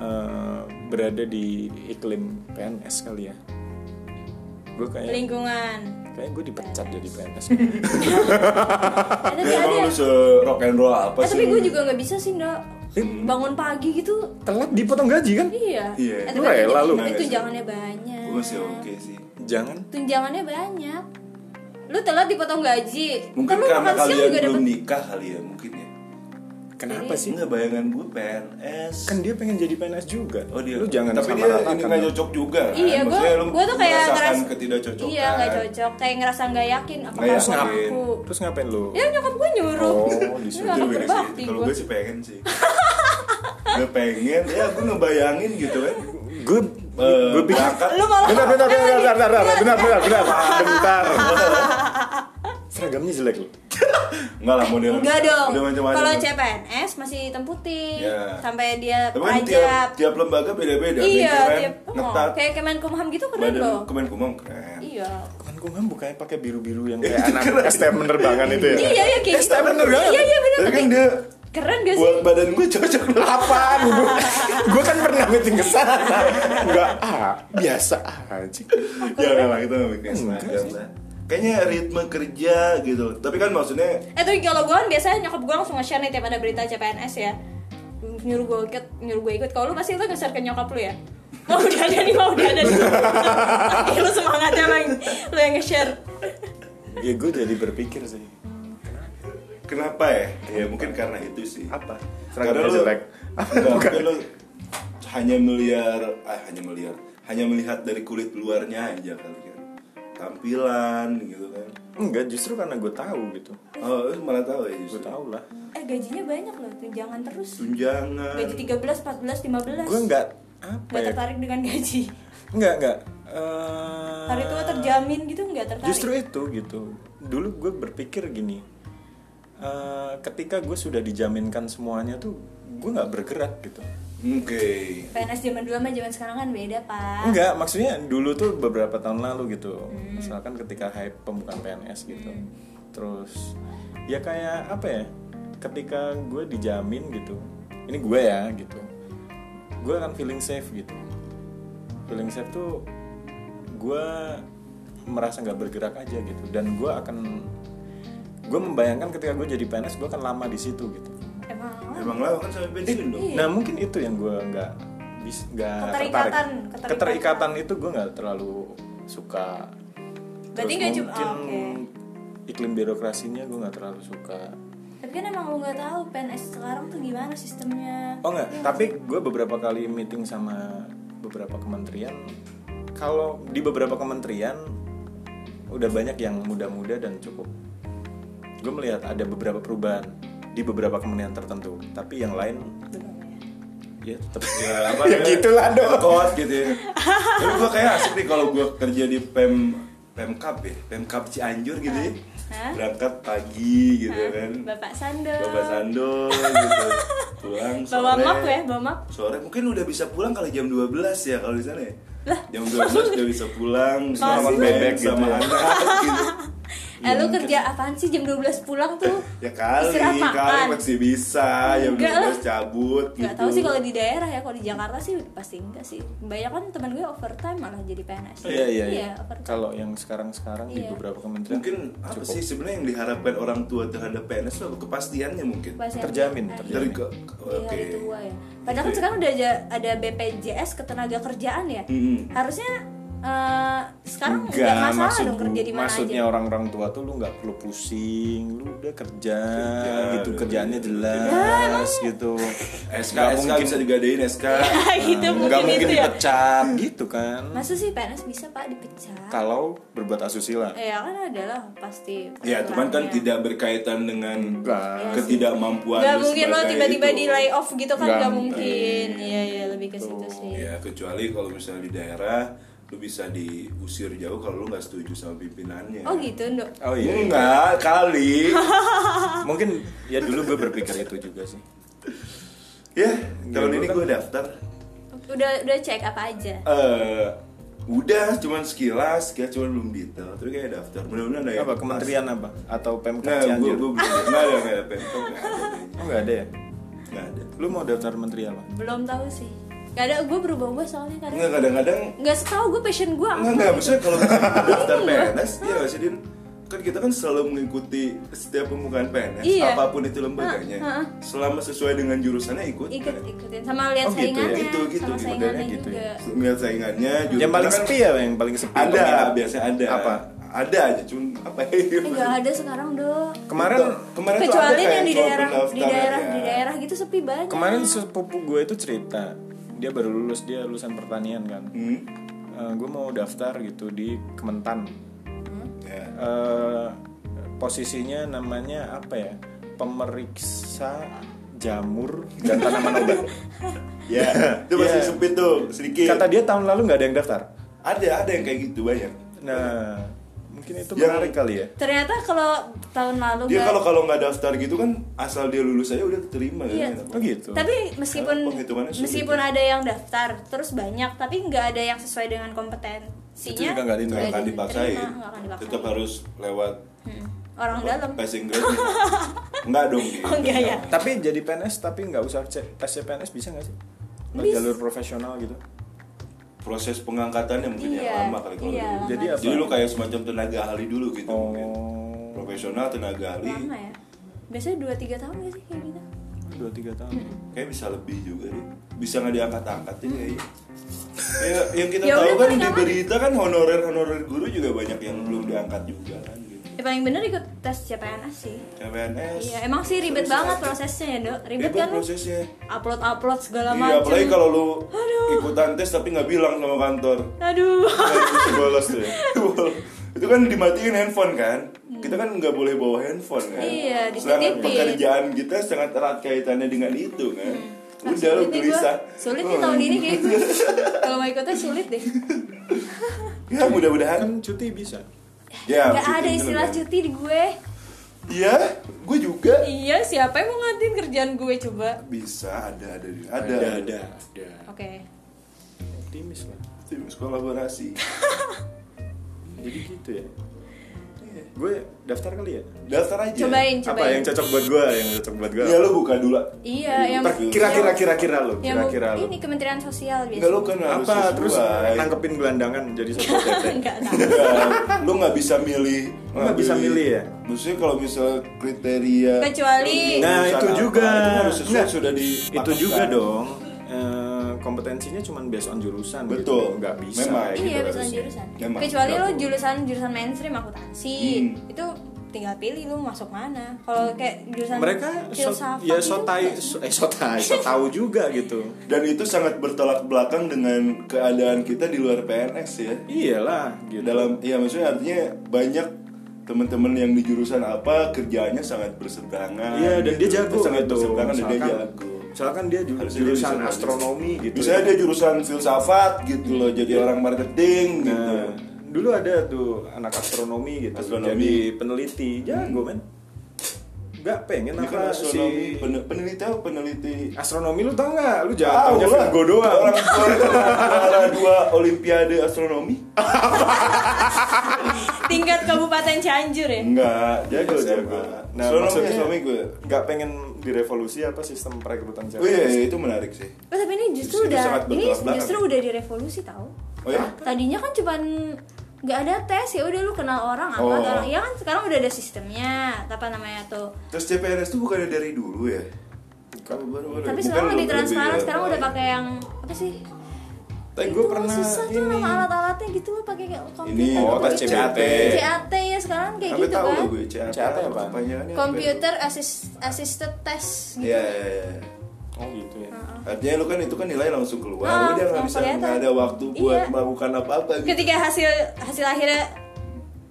S3: eh, eh, berada di iklim PNS kali ya gue kayak
S1: lingkungan
S3: kayak gue dipecat jadi PNS
S1: Eh, tapi
S2: Ya,
S1: ada
S2: emang lu se rock and roll apa
S1: eh,
S2: sih?
S1: tapi
S2: lu?
S1: gue juga nggak bisa sih Ndok bangun pagi gitu
S3: telat dipotong gaji kan
S1: iya
S2: Iya.
S1: Eh,
S3: Lu
S1: tapi
S3: rela lu.
S1: itu tunjangannya banyak
S2: Gue sih oke sih.
S3: jangan
S1: tunjangannya banyak lu telat dipotong gaji
S2: Mungkin
S1: Ntar lu
S2: karena
S1: makan siang
S2: kalian
S1: juga
S2: belum
S1: dapat
S2: nikah kali ya mungkin ya.
S3: kenapa
S2: Sih
S3: sih
S2: nggak bayangan gue PNS.
S3: kan dia pengen jadi PNS juga
S2: Oh dia.
S3: lu jangan
S2: Tapi dia
S3: sama-ratakan
S2: ini nggak
S3: dong.
S2: cocok juga. kan?
S1: iya gue
S2: Maksudnya lu
S1: gue tuh kayak
S2: merasakan
S1: ngeras
S2: ketidakcocokan.
S1: iya nggak cocok kayak ngerasa nggak yakin apa
S2: Nggak
S1: harus
S2: yakin.
S1: aku
S3: terus ngapain lu
S1: ya nyokap gue nyuruh
S3: Oh,
S1: Ini
S3: disuruh.
S2: Itu
S1: anak
S2: beda sih.
S1: berbakti
S2: Kalau
S1: gue
S2: gue sih pengen sih. gue pengen, ya gue ngebayangin gitu kan.
S3: gue
S2: Eh,
S3: gue pikir
S2: berangkat
S1: lu Eh, malah
S3: bentar bentar bentar
S1: Iya,
S3: bentar bentar bentar bentar bentar bentar bentar seragamnya jelek lu
S2: Enggak lah model
S1: Enggak dong.
S2: model macam-macam.
S1: Kalau CPNS masih hitam putih
S2: Iya.
S1: sampai dia
S2: Tapi kan tiap,
S1: pajak.
S2: tiap lembaga beda-beda
S1: Iya,
S2: BUMN,
S1: tiap oh,
S2: ngetat
S1: kayak Kemenkumham gitu keren
S2: Badan
S1: loh.
S2: Kemenkumham keren
S1: Iya.
S3: kan gue kan bukannya pakai biru biru yang kayak anak STM penerbangan itu ya
S1: Iya, iya kayak
S3: STM penerbangan
S1: Iya, iya benar.
S2: Tapi Eh, kan dia
S1: Keren gak sih?
S2: buat badan gue cocok lah
S3: apaan gue gue kan pernah meeting ke sana nggak ah biasa aja
S2: Ya udah lah kita gak bikin
S3: Enggak
S2: seragam lah Ya, Kayaknya ritme kerja gitu Tapi kan maksudnya
S1: Eh tapi kalau gue kan biasanya nyokap gue langsung nge-share nih tiap ada berita CPNS ya nyuruh gue ikut nyuruh gue ikut kalau lu pasti lu nge-share ke nyokap lu ya mau udah ada nih mau udah ada nih Oke, lu semangatnya bang lu yang nge-share
S3: ya gue jadi berpikir sih
S2: Kenapa ya? Ya mungkin karena itu sih
S3: apa
S2: Karena
S3: seragamnya
S2: lu-
S3: jelek
S2: Enggak, mungkin lu hanya melihat ah, hanya melihat hanya melihat dari kulit luarnya aja kali kan tampilan gitu kan
S3: enggak justru karena gue tahu gitu
S2: oh lu malah tahu ya
S3: gue
S2: justru
S3: tahu lah
S1: eh gajinya banyak loh tunjangan terus
S2: tunjangan
S1: gaji 13, 14, 15
S3: gue nggak apa
S1: Gak
S3: ya
S1: tertarik dengan gaji
S3: nggak nggak Eh,
S1: Hari tua terjamin gitu nggak tertarik
S3: Justru itu gitu. Dulu gue berpikir gini, eh, ketika gue sudah dijaminkan semuanya tuh, gue nggak bergerak gitu.
S2: oke
S1: PNS zaman dulu sama zaman sekarang kan beda pak
S3: Enggak, maksudnya dulu tuh beberapa tahun lalu gitu. Misalkan ketika hype pembukaan PNS gitu. Terus ya kayak apa ya? Ketika gue dijamin gitu, ini gue ya gitu. Gue akan feeling safe gitu. Feeling safe tuh gue merasa nggak bergerak aja gitu dan gue akan gue membayangkan ketika gue jadi PNS gue akan lama di situ gitu.
S1: emang
S2: emang lah kan sampai bensin dong
S1: Iya.
S3: Nah mungkin itu yang gue nggak bis nggak
S1: Keterikatan,
S3: tertarik.
S1: keterikatan.
S3: Keterikatan itu gue nggak terlalu suka.
S1: Berarti
S3: Terus
S1: nggak cuma-
S3: mungkin
S1: oh, oke.
S3: iklim birokrasinya gue nggak terlalu suka.
S1: tapi kan emang lu nggak tahu PNS sekarang tuh gimana sistemnya
S3: Oh nggak, tapi gue beberapa kali meeting sama beberapa kementerian. Kalau di beberapa kementerian udah banyak yang muda-muda dan cukup. Gue melihat ada beberapa perubahan di beberapa kementerian tertentu, tapi yang lain ya tetap
S2: ya, apa
S3: Ya
S2: namanya?
S3: gitulah, dong.
S2: Kot gitu ya tapi gue kayak asik nih kalau gue kerja di pem pemkap ya pemkap Cianjur gitu ya
S1: Hah?
S2: berangkat pagi gitu
S1: Hah?
S2: kan
S1: bapak sando
S2: bawa sandol gitu pulang sore
S1: bawa map ya bawa map
S2: sore mungkin udah bisa pulang kali jam 12 ya kalau di sana ya
S1: Lah.
S2: jam 12 udah bisa pulang
S1: Masih.
S2: sama bebek sama
S3: Gitu ya.
S2: anak gitu
S1: eh
S3: Iya.
S1: lu kerja apaan sih jam 12 pulang tuh
S2: ya kali
S1: Istirahat
S2: kali
S1: makan.
S2: masih bisa jam
S1: Enggak
S2: 12 cabut gitu
S1: Gak tau sih kalau di daerah ya, kalau di Jakarta sih pasti enggak sih Banyak kan temen gue overtime malah jadi PNS
S3: Iya iya iya.
S1: overtime
S3: Kalau yang sekarang-sekarang di
S1: Iya.
S3: beberapa kementerian
S2: mungkin apa sih sebenarnya yang diharapkan orang tua terhadap PNS itu apa? kepastiannya mungkin
S1: Pasien
S3: Terjamin,
S1: PNS.
S2: dari ke oke
S1: Iya, hari tua ya. Padahal kan sekarang udah aja ada BPJS ketenaga kerjaan ya.
S2: Mm-mm.
S1: Harusnya eh, sekarang nggak
S3: Enggak,
S1: masalah
S3: maksud
S1: dong kerja di mana
S3: maksudnya
S1: aja.
S3: orang-orang tua tuh lu nggak perlu pusing, lu udah kerja,
S2: Kerja,
S3: gitu
S2: udah
S3: kerjaannya
S2: kerja.
S3: jelas
S1: Ah,
S3: gitu.
S2: SK
S3: Nggak
S2: SK
S3: mungkin
S2: bisa digadein SK
S1: gitu
S3: nggak
S1: mungkin,
S3: mungkin
S1: itu ya.
S3: dipecat gitu kan.
S1: Masa sih PNS bisa Pak dipecat?
S3: Kalau berbuat asusila.
S1: Ya kan adalah pasti.
S2: ya cuman
S1: peraturannya.
S2: kan tidak berkaitan dengan
S3: Enggak.
S2: ketidakmampuan
S1: Gak
S2: lu
S1: mungkin lo
S2: sebagai
S1: tiba-tiba
S2: itu.
S1: di lay off gitu kan
S3: Nggak
S1: nggak
S3: mungkin.
S1: mungkin. Iya iya lebih ke situ sih.
S2: Ya kecuali kalau misalnya di daerah lu bisa diusir jauh kalau lu nggak setuju sama pimpinannya.
S1: Oh gitu Ndok.
S3: Oh iya.
S2: Enggak kali.
S1: Ah.
S3: Mungkin ya dulu gue berpikir itu juga sih.
S2: ya tahun
S3: Ya,
S2: ini
S3: kan-
S2: gue daftar.
S1: Udah udah cek apa aja.
S2: Eh udah cuman sekilas, kayak cuman belum detail. Tapi kayak daftar. Mudah-mudahan ada yang
S3: Apa
S2: pas.
S3: kementerian apa? Atau Pemkab
S2: Eh, Nah, gue
S3: Cianjur?
S2: gue belum. Nggak ada nggak ada pemkot nggak ada.
S3: Oh nggak ada ya.
S2: Nggak ada.
S3: Lu mau daftar menteri apa?
S1: Belum tahu sih. Gak ada gue berubah-ubah soalnya kadang.
S2: Enggak kadang-kadang
S1: Nggak setahu gue passion gue apa.
S2: Enggak, enggak, maksudnya kalau misalnya daftar
S1: Iya.
S2: PNS, iya gak sih, Din? Kan kita kan selalu mengikuti setiap pembukaan PNS,
S1: Iya.
S2: apapun itu lembaganya
S1: Ha, ha.
S2: Selama sesuai dengan jurusannya ikut
S1: ikut ikutin sama lihat
S2: Oh, gitu ya.
S1: saingannya,
S2: Gitu, gitu,
S1: sama
S2: gitu.
S1: saingannya
S3: Modelnya gitu
S1: juga.
S3: ya.
S2: Ngeliat saingannya, jurusan
S3: yang paling
S2: kan
S3: sepi ya yang paling sepi
S2: Ada,
S3: peminat.
S2: biasanya ada
S3: apa
S2: Ada aja, cuman apa ya
S1: Eh, nggak ada sekarang dong.
S3: kemarin
S2: kemarin tuh ada
S1: Kecuali
S2: kayak
S1: yang di
S2: soal
S1: daerah, di
S2: pendaftaran
S1: daerah,
S2: ya.
S1: di daerah gitu sepi banyak.
S3: kemarin sepupu gue itu cerita dia baru lulus dia lulusan pertanian kan
S2: Hmm,
S3: Eh, gue mau daftar gitu di Kementan
S2: ya.
S3: Eh, posisinya namanya apa ya pemeriksa jamur dan tanaman obat
S2: Ya, itu masih
S3: Iya.
S2: sempit tuh, sedikit
S3: kata dia tahun lalu nggak ada yang daftar
S2: Ada, ada yang kayak gitu banyak
S3: nah mungkin itu
S2: Yang-
S3: menarik kali ya
S1: Ternyata kalau tahun lalu
S2: Dia
S1: nggak-
S2: kalau kalau nggak daftar gitu kan, asal dia lulus aja udah kan? terima
S1: Iya.
S3: oh gitu
S1: Tapi meskipun
S2: Karena penghitungannya sulit. ya.
S1: meskipun ada yang daftar terus banyak tapi nggak ada yang sesuai dengan kompetensinya.
S3: Itu juga nggak diterima.
S2: Nggak
S1: nggak
S2: akan
S1: diterima,
S2: dipaksain,
S1: nggak akan dipaksain.
S2: tetap harus lewat
S1: Hmm. orang
S2: Apa,
S1: dalam.
S2: passing grade enggak dong gitu.
S1: Oh, enggak ya.
S3: tapi jadi PNS tapi nggak usah cek tes PNS bisa nggak sih Atau
S1: Bisa.
S3: jalur profesional gitu
S2: proses pengangkatannya mungkin yang
S1: Iya,
S2: lama kali kalau
S1: iya,
S2: dulu.
S1: lama.
S3: Jadi apa?
S2: jadi lu kayak semacam tenaga ahli dulu gitu
S3: Oh.
S2: mungkin profesional tenaga ahli
S1: Lama ya. Biasanya 2 3 tahun nggak sih kayak gitu.
S3: dua tiga tahun
S2: kayak bisa lebih juga deh bisa nggak diangkat-angkat ya kayaknya ya, yang kita
S1: Hmm. Ya
S2: tahu
S1: udah,
S2: kan
S1: paling
S2: di
S1: aman.
S2: berita kan honorer honorer guru juga banyak yang belum diangkat juga kan gitu
S1: Ya paling bener ikut tes CPNS sih.
S2: CPNS
S1: Iya, emang sih ribet banget prosesnya ya, Dok. Ribet kan lu?
S2: prosesnya
S1: Upload-upload segala
S2: iya
S1: macam.
S2: apalagi kalau lu
S1: Aduh.
S2: ikutan tes tapi nggak bilang sama kantor
S1: Aduh.
S2: Kan bolos tuh ya. itu kan dimatiin handphone kan kita kan nggak boleh bawa handphone kan
S1: Hmm. Iya,
S2: sedangkan
S1: dititipin.
S2: pekerjaan kita sangat erat kaitannya dengan itu kan udah
S1: Sulit
S2: lu
S1: deh Nah, gua.
S2: gelisah Oh, iya.
S1: Sulit gitu. nih tahun ini kayak gue. Kalau mau ikutnya sulit deh.
S2: ya mudah-mudahan
S3: kan cuti bisa
S2: ya
S1: Gak ada
S2: cuti
S1: istilah
S2: bener.
S1: cuti di gue.
S2: iya gue juga
S1: Iya, siapa yang mau ngatin kerjaan gue coba?
S2: bisa ada ada ada
S3: ada ada
S1: Oke.
S3: optimis lah
S2: tim kolaborasi
S3: jadi gitu ya Iya. gue daftar kali ya
S2: daftar aja
S1: Cobain,
S3: apa
S1: cobain.
S3: yang cocok buat gue yang cocok buat gue
S2: ya lu buka dulu
S1: Iya, yang
S2: Per-
S3: kira-kira kira-kira lo
S1: yang
S3: kira-kira lo
S1: ini Kementerian Sosial
S2: Enggak lu
S1: biasanya.
S2: kan harus
S3: apa terus
S2: sesuai.
S3: nangkepin gelandangan jadi satu teteh
S1: Enggak tahu.
S2: Enggak, lu nggak bisa milih
S3: Lu nggak bisa milih ya?
S2: maksudnya kalau misal kriteria
S1: Kecuali-
S3: Nah, itu
S2: Jurusan
S3: juga.
S2: apa, itu harus sesuai
S3: Nggak.
S2: sudah di
S3: itu juga dong eh, kompetensinya cuma based on jurusan
S2: Betul.
S3: gitu. nggak bisa
S2: Memang.
S3: kayak
S1: Iya,
S3: gitu
S1: jurusan
S3: harusnya.
S1: jurusan.
S2: Emang,
S1: Kecuali
S3: nggak
S1: lo
S3: boleh.
S1: jurusan jurusan mainstream akuntansi,
S2: Hmm.
S1: itu tinggal pilih lo masuk mana. Kalau kayak jurusan
S3: mereka so,
S1: filsafat
S3: ya
S1: gitu
S3: sotai
S1: nggak sih?
S3: so, eh sotai so tahu juga gitu
S2: dan itu sangat bertolak belakang dengan keadaan kita di luar PNS ya
S3: iyalah gitu
S2: dalam ya maksudnya artinya banyak teman-teman yang di jurusan apa kerjaannya sangat berseberangan
S3: Iya dan dia
S2: gitu.
S3: jago
S2: sangat
S3: gitu.
S2: berseberangan dan dia
S3: Misalkan-
S2: jago
S3: Misalkan kan dia ju-
S2: Harusnya dia
S3: jurusan
S2: bisa bagus.
S3: astronomi gitu. Iya.
S2: misalnya dia jurusan filsafat gitu loh jadi orang marketing gitu
S3: Nah, dulu ada tuh anak astronomi gitu.
S2: Astronomi. Hmm.
S3: Jadi peneliti jago men. Gak pengen
S2: Ini kan
S3: apa
S2: astronomi,
S3: si
S2: pen- peneliti apa peneliti?
S3: astronomi lu tau nggak? Lu jangan
S2: Tahu
S3: Ya, taunya
S2: lah,
S3: Virgo doang.
S2: Orang juara dua Olimpiade astronomi?
S1: tingkat kabupaten Cianjur ya.
S2: Enggak, jago
S3: Iya,
S2: jago.
S3: jago.
S2: astronomi
S3: Nah,
S2: ya
S3: maksudnya-
S2: astronomi gue.
S3: Gak pengen direvolusi apa sistem perekrutan
S2: Oh iya, iya,
S3: cewek.
S2: itu menarik sih.
S1: Oh, tapi ini
S2: Itu
S1: justru
S2: sangat
S1: udah ini
S2: bertolak belakang.
S1: justru udah direvolusi tau.
S2: Oh iya.
S1: Tadinya kan cuman nggak ada tes ya udah lu kenal orang apa
S2: Oh.
S1: orang ya kan sekarang udah ada sistemnya apa namanya tuh
S2: Terus CPNS itu bukannya dari dulu ya? Kalau baru-baru.
S1: tapi
S2: Bukan
S1: sekarang
S2: lu
S1: lebih transparan
S2: lebih-
S1: sekarang udah pakai yang apa sih
S3: Tapi gue
S1: Itu
S3: pernah
S1: susah tuh
S3: ini.
S1: nama alat-alatnya gitu lu pakai kayak komputer
S2: Ini
S1: gitu.
S3: Oh, tes CBT.
S1: CAT ya sekarang kayak
S2: Tapi
S1: gitu
S2: tahu
S1: kan
S2: loh gue CAT.
S3: CAT apa?
S2: kepanjangannya apa?
S1: computer assist assisted test gitu
S2: Iya, iya, iya.
S3: Oh gitu ya.
S2: Artinya lu kan itu kan nilai langsung keluar,
S1: Ah,
S2: udah nggak
S1: langsung
S2: bisa
S1: kelihatan.
S2: nggak ada waktu buat
S1: Iya.
S2: melakukan apa-apa gitu.
S1: ketika hasil hasil akhirnya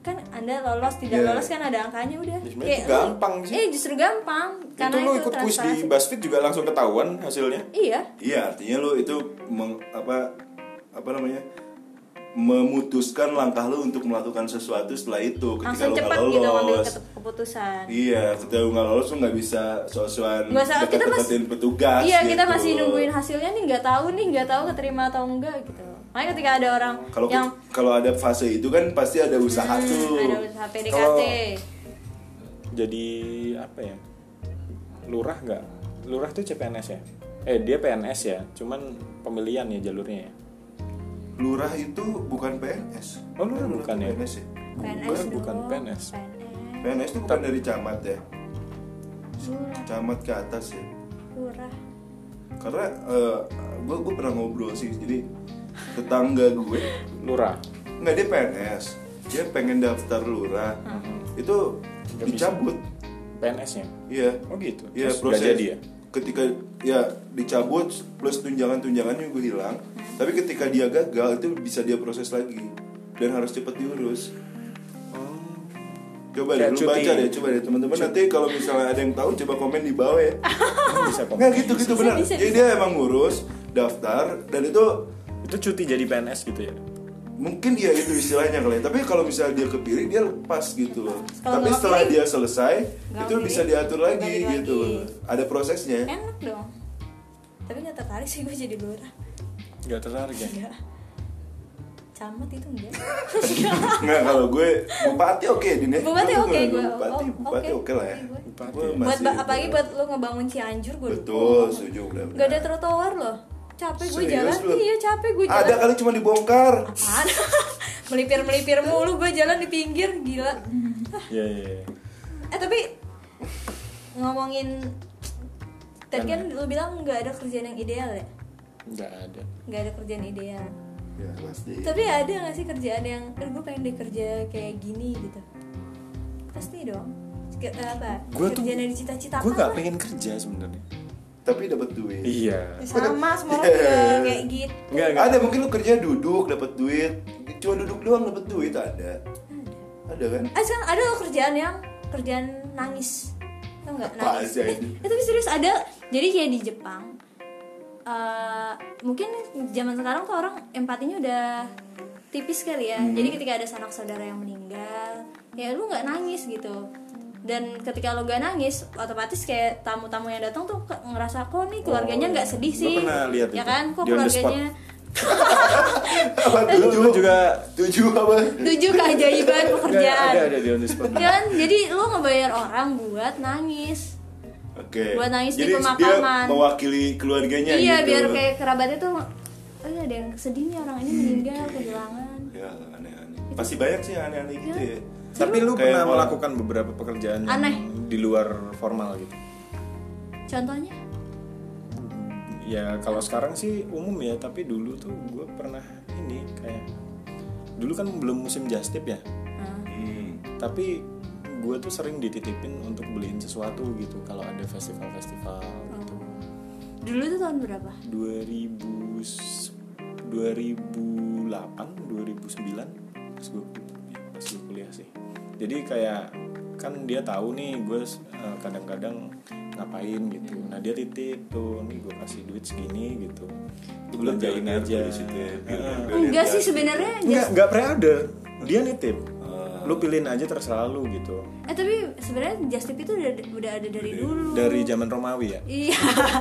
S1: kan anda lolos tidak
S2: Iya.
S1: lolos kan ada angkanya udah
S3: Ya, sebenarnya itu gampang sih.
S1: eh justru gampang
S3: Itu
S1: karena
S3: lu ikut kuis di
S1: transparansi.
S3: Basfit juga langsung ketahuan hasilnya.
S1: iya
S2: Iya, artinya lu itu meng- apa apa namanya? memutuskan langkah lu untuk melakukan sesuatu setelah itu ketika
S1: langsung
S2: lu
S1: cepat
S2: nggak
S1: gitu ngambil
S2: lolos.
S1: ketep- keputusan
S2: Iya, ketika lu nggak lolos lu nggak bisa sosuan
S1: Nggak usah, kita mas-
S2: deket-deketin petugas.
S1: iya kita
S2: gitu.
S1: masih nungguin hasilnya nih nggak tahu nih nggak tahu keterima atau enggak gitu makanya ketika ada orang
S2: Kalau
S1: yang
S2: kalau ada fase itu kan pasti ada usaha tuh.
S1: hmm, ada usaha PDKT
S3: Kalau- jadi apa ya lurah nggak lurah tuh CPNS ya eh dia PNS ya cuman pemilihan ya jalurnya ya
S2: Lurah itu bukan PNS.
S3: Oh, lurah bukan ya?
S2: PNS ya?
S1: PNS
S2: Bukan.
S1: dong.
S3: bukan PNS.
S1: PNS
S2: PNS itu bukan dari camat ya.
S1: lurah
S2: Camat ke atas ya.
S1: lurah
S2: Karena gue gue pernah ngobrol sih. Jadi tetangga gue
S3: lurah
S2: nggak dia PNS. Dia pengen daftar lurah.
S1: Hmm.
S2: Itu
S3: Nggak bisa.
S2: dicabut.
S3: PNS nya
S2: Iya.
S3: oh gitu
S2: Iya
S3: Terus
S2: proses.
S3: nggak jadi ya
S2: Ketika ya dicabut plus tunjangan-tunjangannya gue hilang. Tapi ketika dia gagal itu bisa dia proses lagi dan harus cepat diurus.
S3: Oh.
S2: Coba deh,
S3: Kayak
S2: lu
S3: cuti.
S2: baca deh, coba deh teman-teman nanti kalau misalnya ada yang tahu coba komen di bawah ya.
S3: Kan bisa kok
S2: Nggak gitu gitu
S1: Bisa,
S2: benar.
S1: bisa,
S2: Jadi dia emang ngurus daftar dan itu
S3: itu cuti jadi PNS gitu ya
S2: mungkin ya itu istilahnya kali. Tapi kalau misalnya dia kepilih dia lepas gitu loh.
S1: Lepas. Kalau
S2: Tapi
S1: nggak
S2: setelah
S1: kepilih,
S2: dia selesai
S1: nggak
S2: itu
S1: kepilih,
S2: bisa diatur lagi
S1: balik
S2: gitu.
S1: lagi.
S2: loh. Ada prosesnya.
S1: enak dong tapi nggak tertarik sih gue jadi lurah
S3: nggak tertarik ya
S1: enggak camat itu enggak
S2: Nggak, kalau gue bupati oke Din ya.
S1: Bupati
S2: Lu
S1: oke,
S2: tuh
S1: gue-
S2: Bupati,
S1: oh,
S2: bupati
S1: oke.
S2: oke lah ya.
S1: Oke,
S3: gue.
S2: Gue
S3: Buat
S1: buat
S2: masih-
S1: ba- apalagi buat lo ngebangun Cianjur gue
S2: Betul, setuju benar.
S1: Gak ada trotoar loh Capek gue
S2: Serius
S1: jalan
S2: lu?
S1: Iya capek gue jalan
S2: Ada kan? kali cuma dibongkar.
S1: Apaan? Melipir-melipir mulu gue jalan di pinggir Gila
S3: iya iya iya.
S1: Eh tapi Ngomongin Tadi kan lu bilang gak ada kerjaan yang ideal ya
S3: nggak ada
S1: Gak ada kerjaan ideal
S2: Ya, pasti.
S1: Tapi ada gak sih kerjaan yang "Eh, Gue pengen deh kerja kayak gini gitu Pasti dong Ke- eh, apa?
S3: gue tuh
S1: kerjaan yang dicita-citakan
S3: gue nggak
S1: lah.
S3: pengen kerja sebenarnya
S2: Tapi dapat duit.
S3: iya
S1: Sama semua orang juga
S2: Iya.
S1: kayak gitu
S3: nggak nggak
S2: Ada mungkin lu kerja duduk dapat duit. Cuma duduk doang dapat duit ada. Ada kan?
S1: Ah sekarang ada loh kerjaan yang kerjaan nangis Tau nggak
S2: Apa
S1: nangis
S2: aja
S1: eh,
S2: ini?
S1: eh, tapi serius ada jadi kayak di Jepang eh, mungkin zaman sekarang tuh orang empatinya udah tipis kali ya
S3: Hmm.
S1: jadi ketika ada sanak saudara yang meninggal ya lu nggak nangis gitu dan ketika lo gak nangis otomatis kayak tamu-tamu yang datang tuh ke- ngerasa kok nih keluarganya nggak sedih
S3: Oh, Gua
S1: sih
S3: pernah lihat
S1: ya
S3: itu.
S1: kan kok
S3: Di on the spot.
S1: keluarganya
S2: Apa
S3: Lu- lu juga
S2: tujuh apa?
S1: tujuh keajaiban
S3: nggak,
S1: pekerjaan
S3: ada ada di on the spot
S1: kan jadi lu ngebayar orang buat nangis
S2: Oke.
S1: Buat nangis di
S2: Jadi dia
S1: pemakaman.
S2: mewakili keluarganya
S1: iya
S2: gitu.
S1: biar kayak kerabatnya tuh oh iya ada yang sedih nih orang ini meninggal kehilangan
S2: Ya, aneh-aneh. Pasti banyak sih yang aneh-aneh gitu
S1: Iya.
S2: ya.
S3: tapi lu
S2: Kayak
S3: pernah
S2: orang-
S3: melakukan beberapa pekerjaan yang
S1: Aneh.
S3: di luar formal gitu
S1: contohnya
S3: ya kalau sekarang sih umum ya tapi dulu tuh gue pernah ini kayak dulu kan belum musim jastip ya
S1: Nah,
S2: Hmm.
S3: tapi gue tuh sering dititipin untuk beliin sesuatu gitu kalau ada festival-festival gitu
S1: dulu tuh tahun berapa
S3: 2000 s- 2008 2009 pas gue pas gue kuliah sih jadi kayak kan dia tahu nih gue kadang-kadang ngapain gitu
S2: Hmm.
S3: nah dia titip tuh nih gue kasih duit segini gitu
S2: Lu
S3: belum jain
S2: belajar
S3: aja
S2: dari situ ya, biar
S3: Heeh.
S2: nggak ada
S1: enggak
S2: yang
S1: sih
S2: jahat.
S1: sebenarnya
S3: nggak
S1: just-
S3: nggak pre-order dia nitip
S2: Eh, Ah.
S3: lu pilihin aja terserah lu gitu
S1: eh tapi sebenarnya justip itu udah, udah ada dari dulu
S3: dari zaman Romawi ya
S1: iya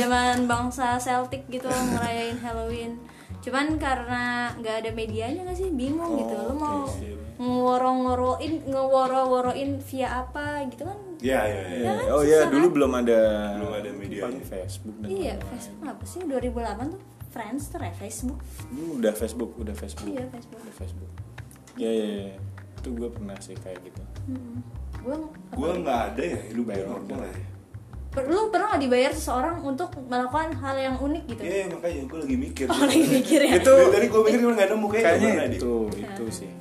S1: zaman bangsa Celtic gitu ngerayain Halloween cuman karena nggak ada medianya nggak sih bingung gitu lu mau ngeworo-ngoroin ngeworo-woroin via apa gitu kan
S2: Ya, ya, ya.
S3: Iya.
S1: kan,
S3: oh ya
S1: susah
S3: dulu belum ada
S2: Belum ada media. ya?
S3: paling Facebook dan
S1: Iya, Facebook apa sih? 2008 tuh Friendster ya, Facebook.
S3: Lu udah Facebook udah Facebook
S1: Iya, Facebook.
S3: udah Facebook ya ya, ya. itu gue pernah sih kayak gitu
S2: Hmm.
S1: Mm-mm. Gua
S2: Gue nggak ada ya, lu bayar normal lah ya.
S1: per- lu pernah nggak dibayar seseorang untuk melakukan hal yang unik gitu?
S2: Iya, iya, makanya gue lagi mikir.
S1: Oh, lagi mikir ya.
S2: Itu Dari tadi gue mikir gue nggak nemu kayaknya.
S3: kayaknya
S2: mana, Di.
S3: itu itu sih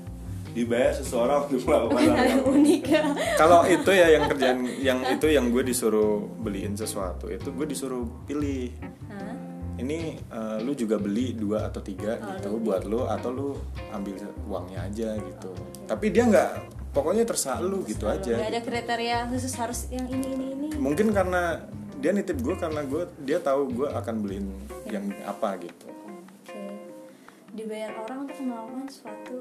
S2: Dibayar seseorang untuk melakukan
S1: Bukan hal
S2: hal
S1: yang
S2: apa.
S1: unik ya.
S3: kalau itu ya yang kerjaan yang itu yang gue disuruh beliin sesuatu itu gue disuruh pilih
S1: Hah?
S3: ini eh, lu juga beli dua atau tiga
S1: Oh,
S3: gitu buat lu atau lu ambil uangnya aja gitu tapi dia nggak pokoknya terserah lu gitu
S1: Kalau
S3: aja
S1: nggak ada kriteria khusus harus yang ini ini ini.
S3: mungkin karena dia nitip gue karena gue dia tahu gue akan beliin yang apa gitu
S1: Oke. Dibayar orang untuk melakukan suatu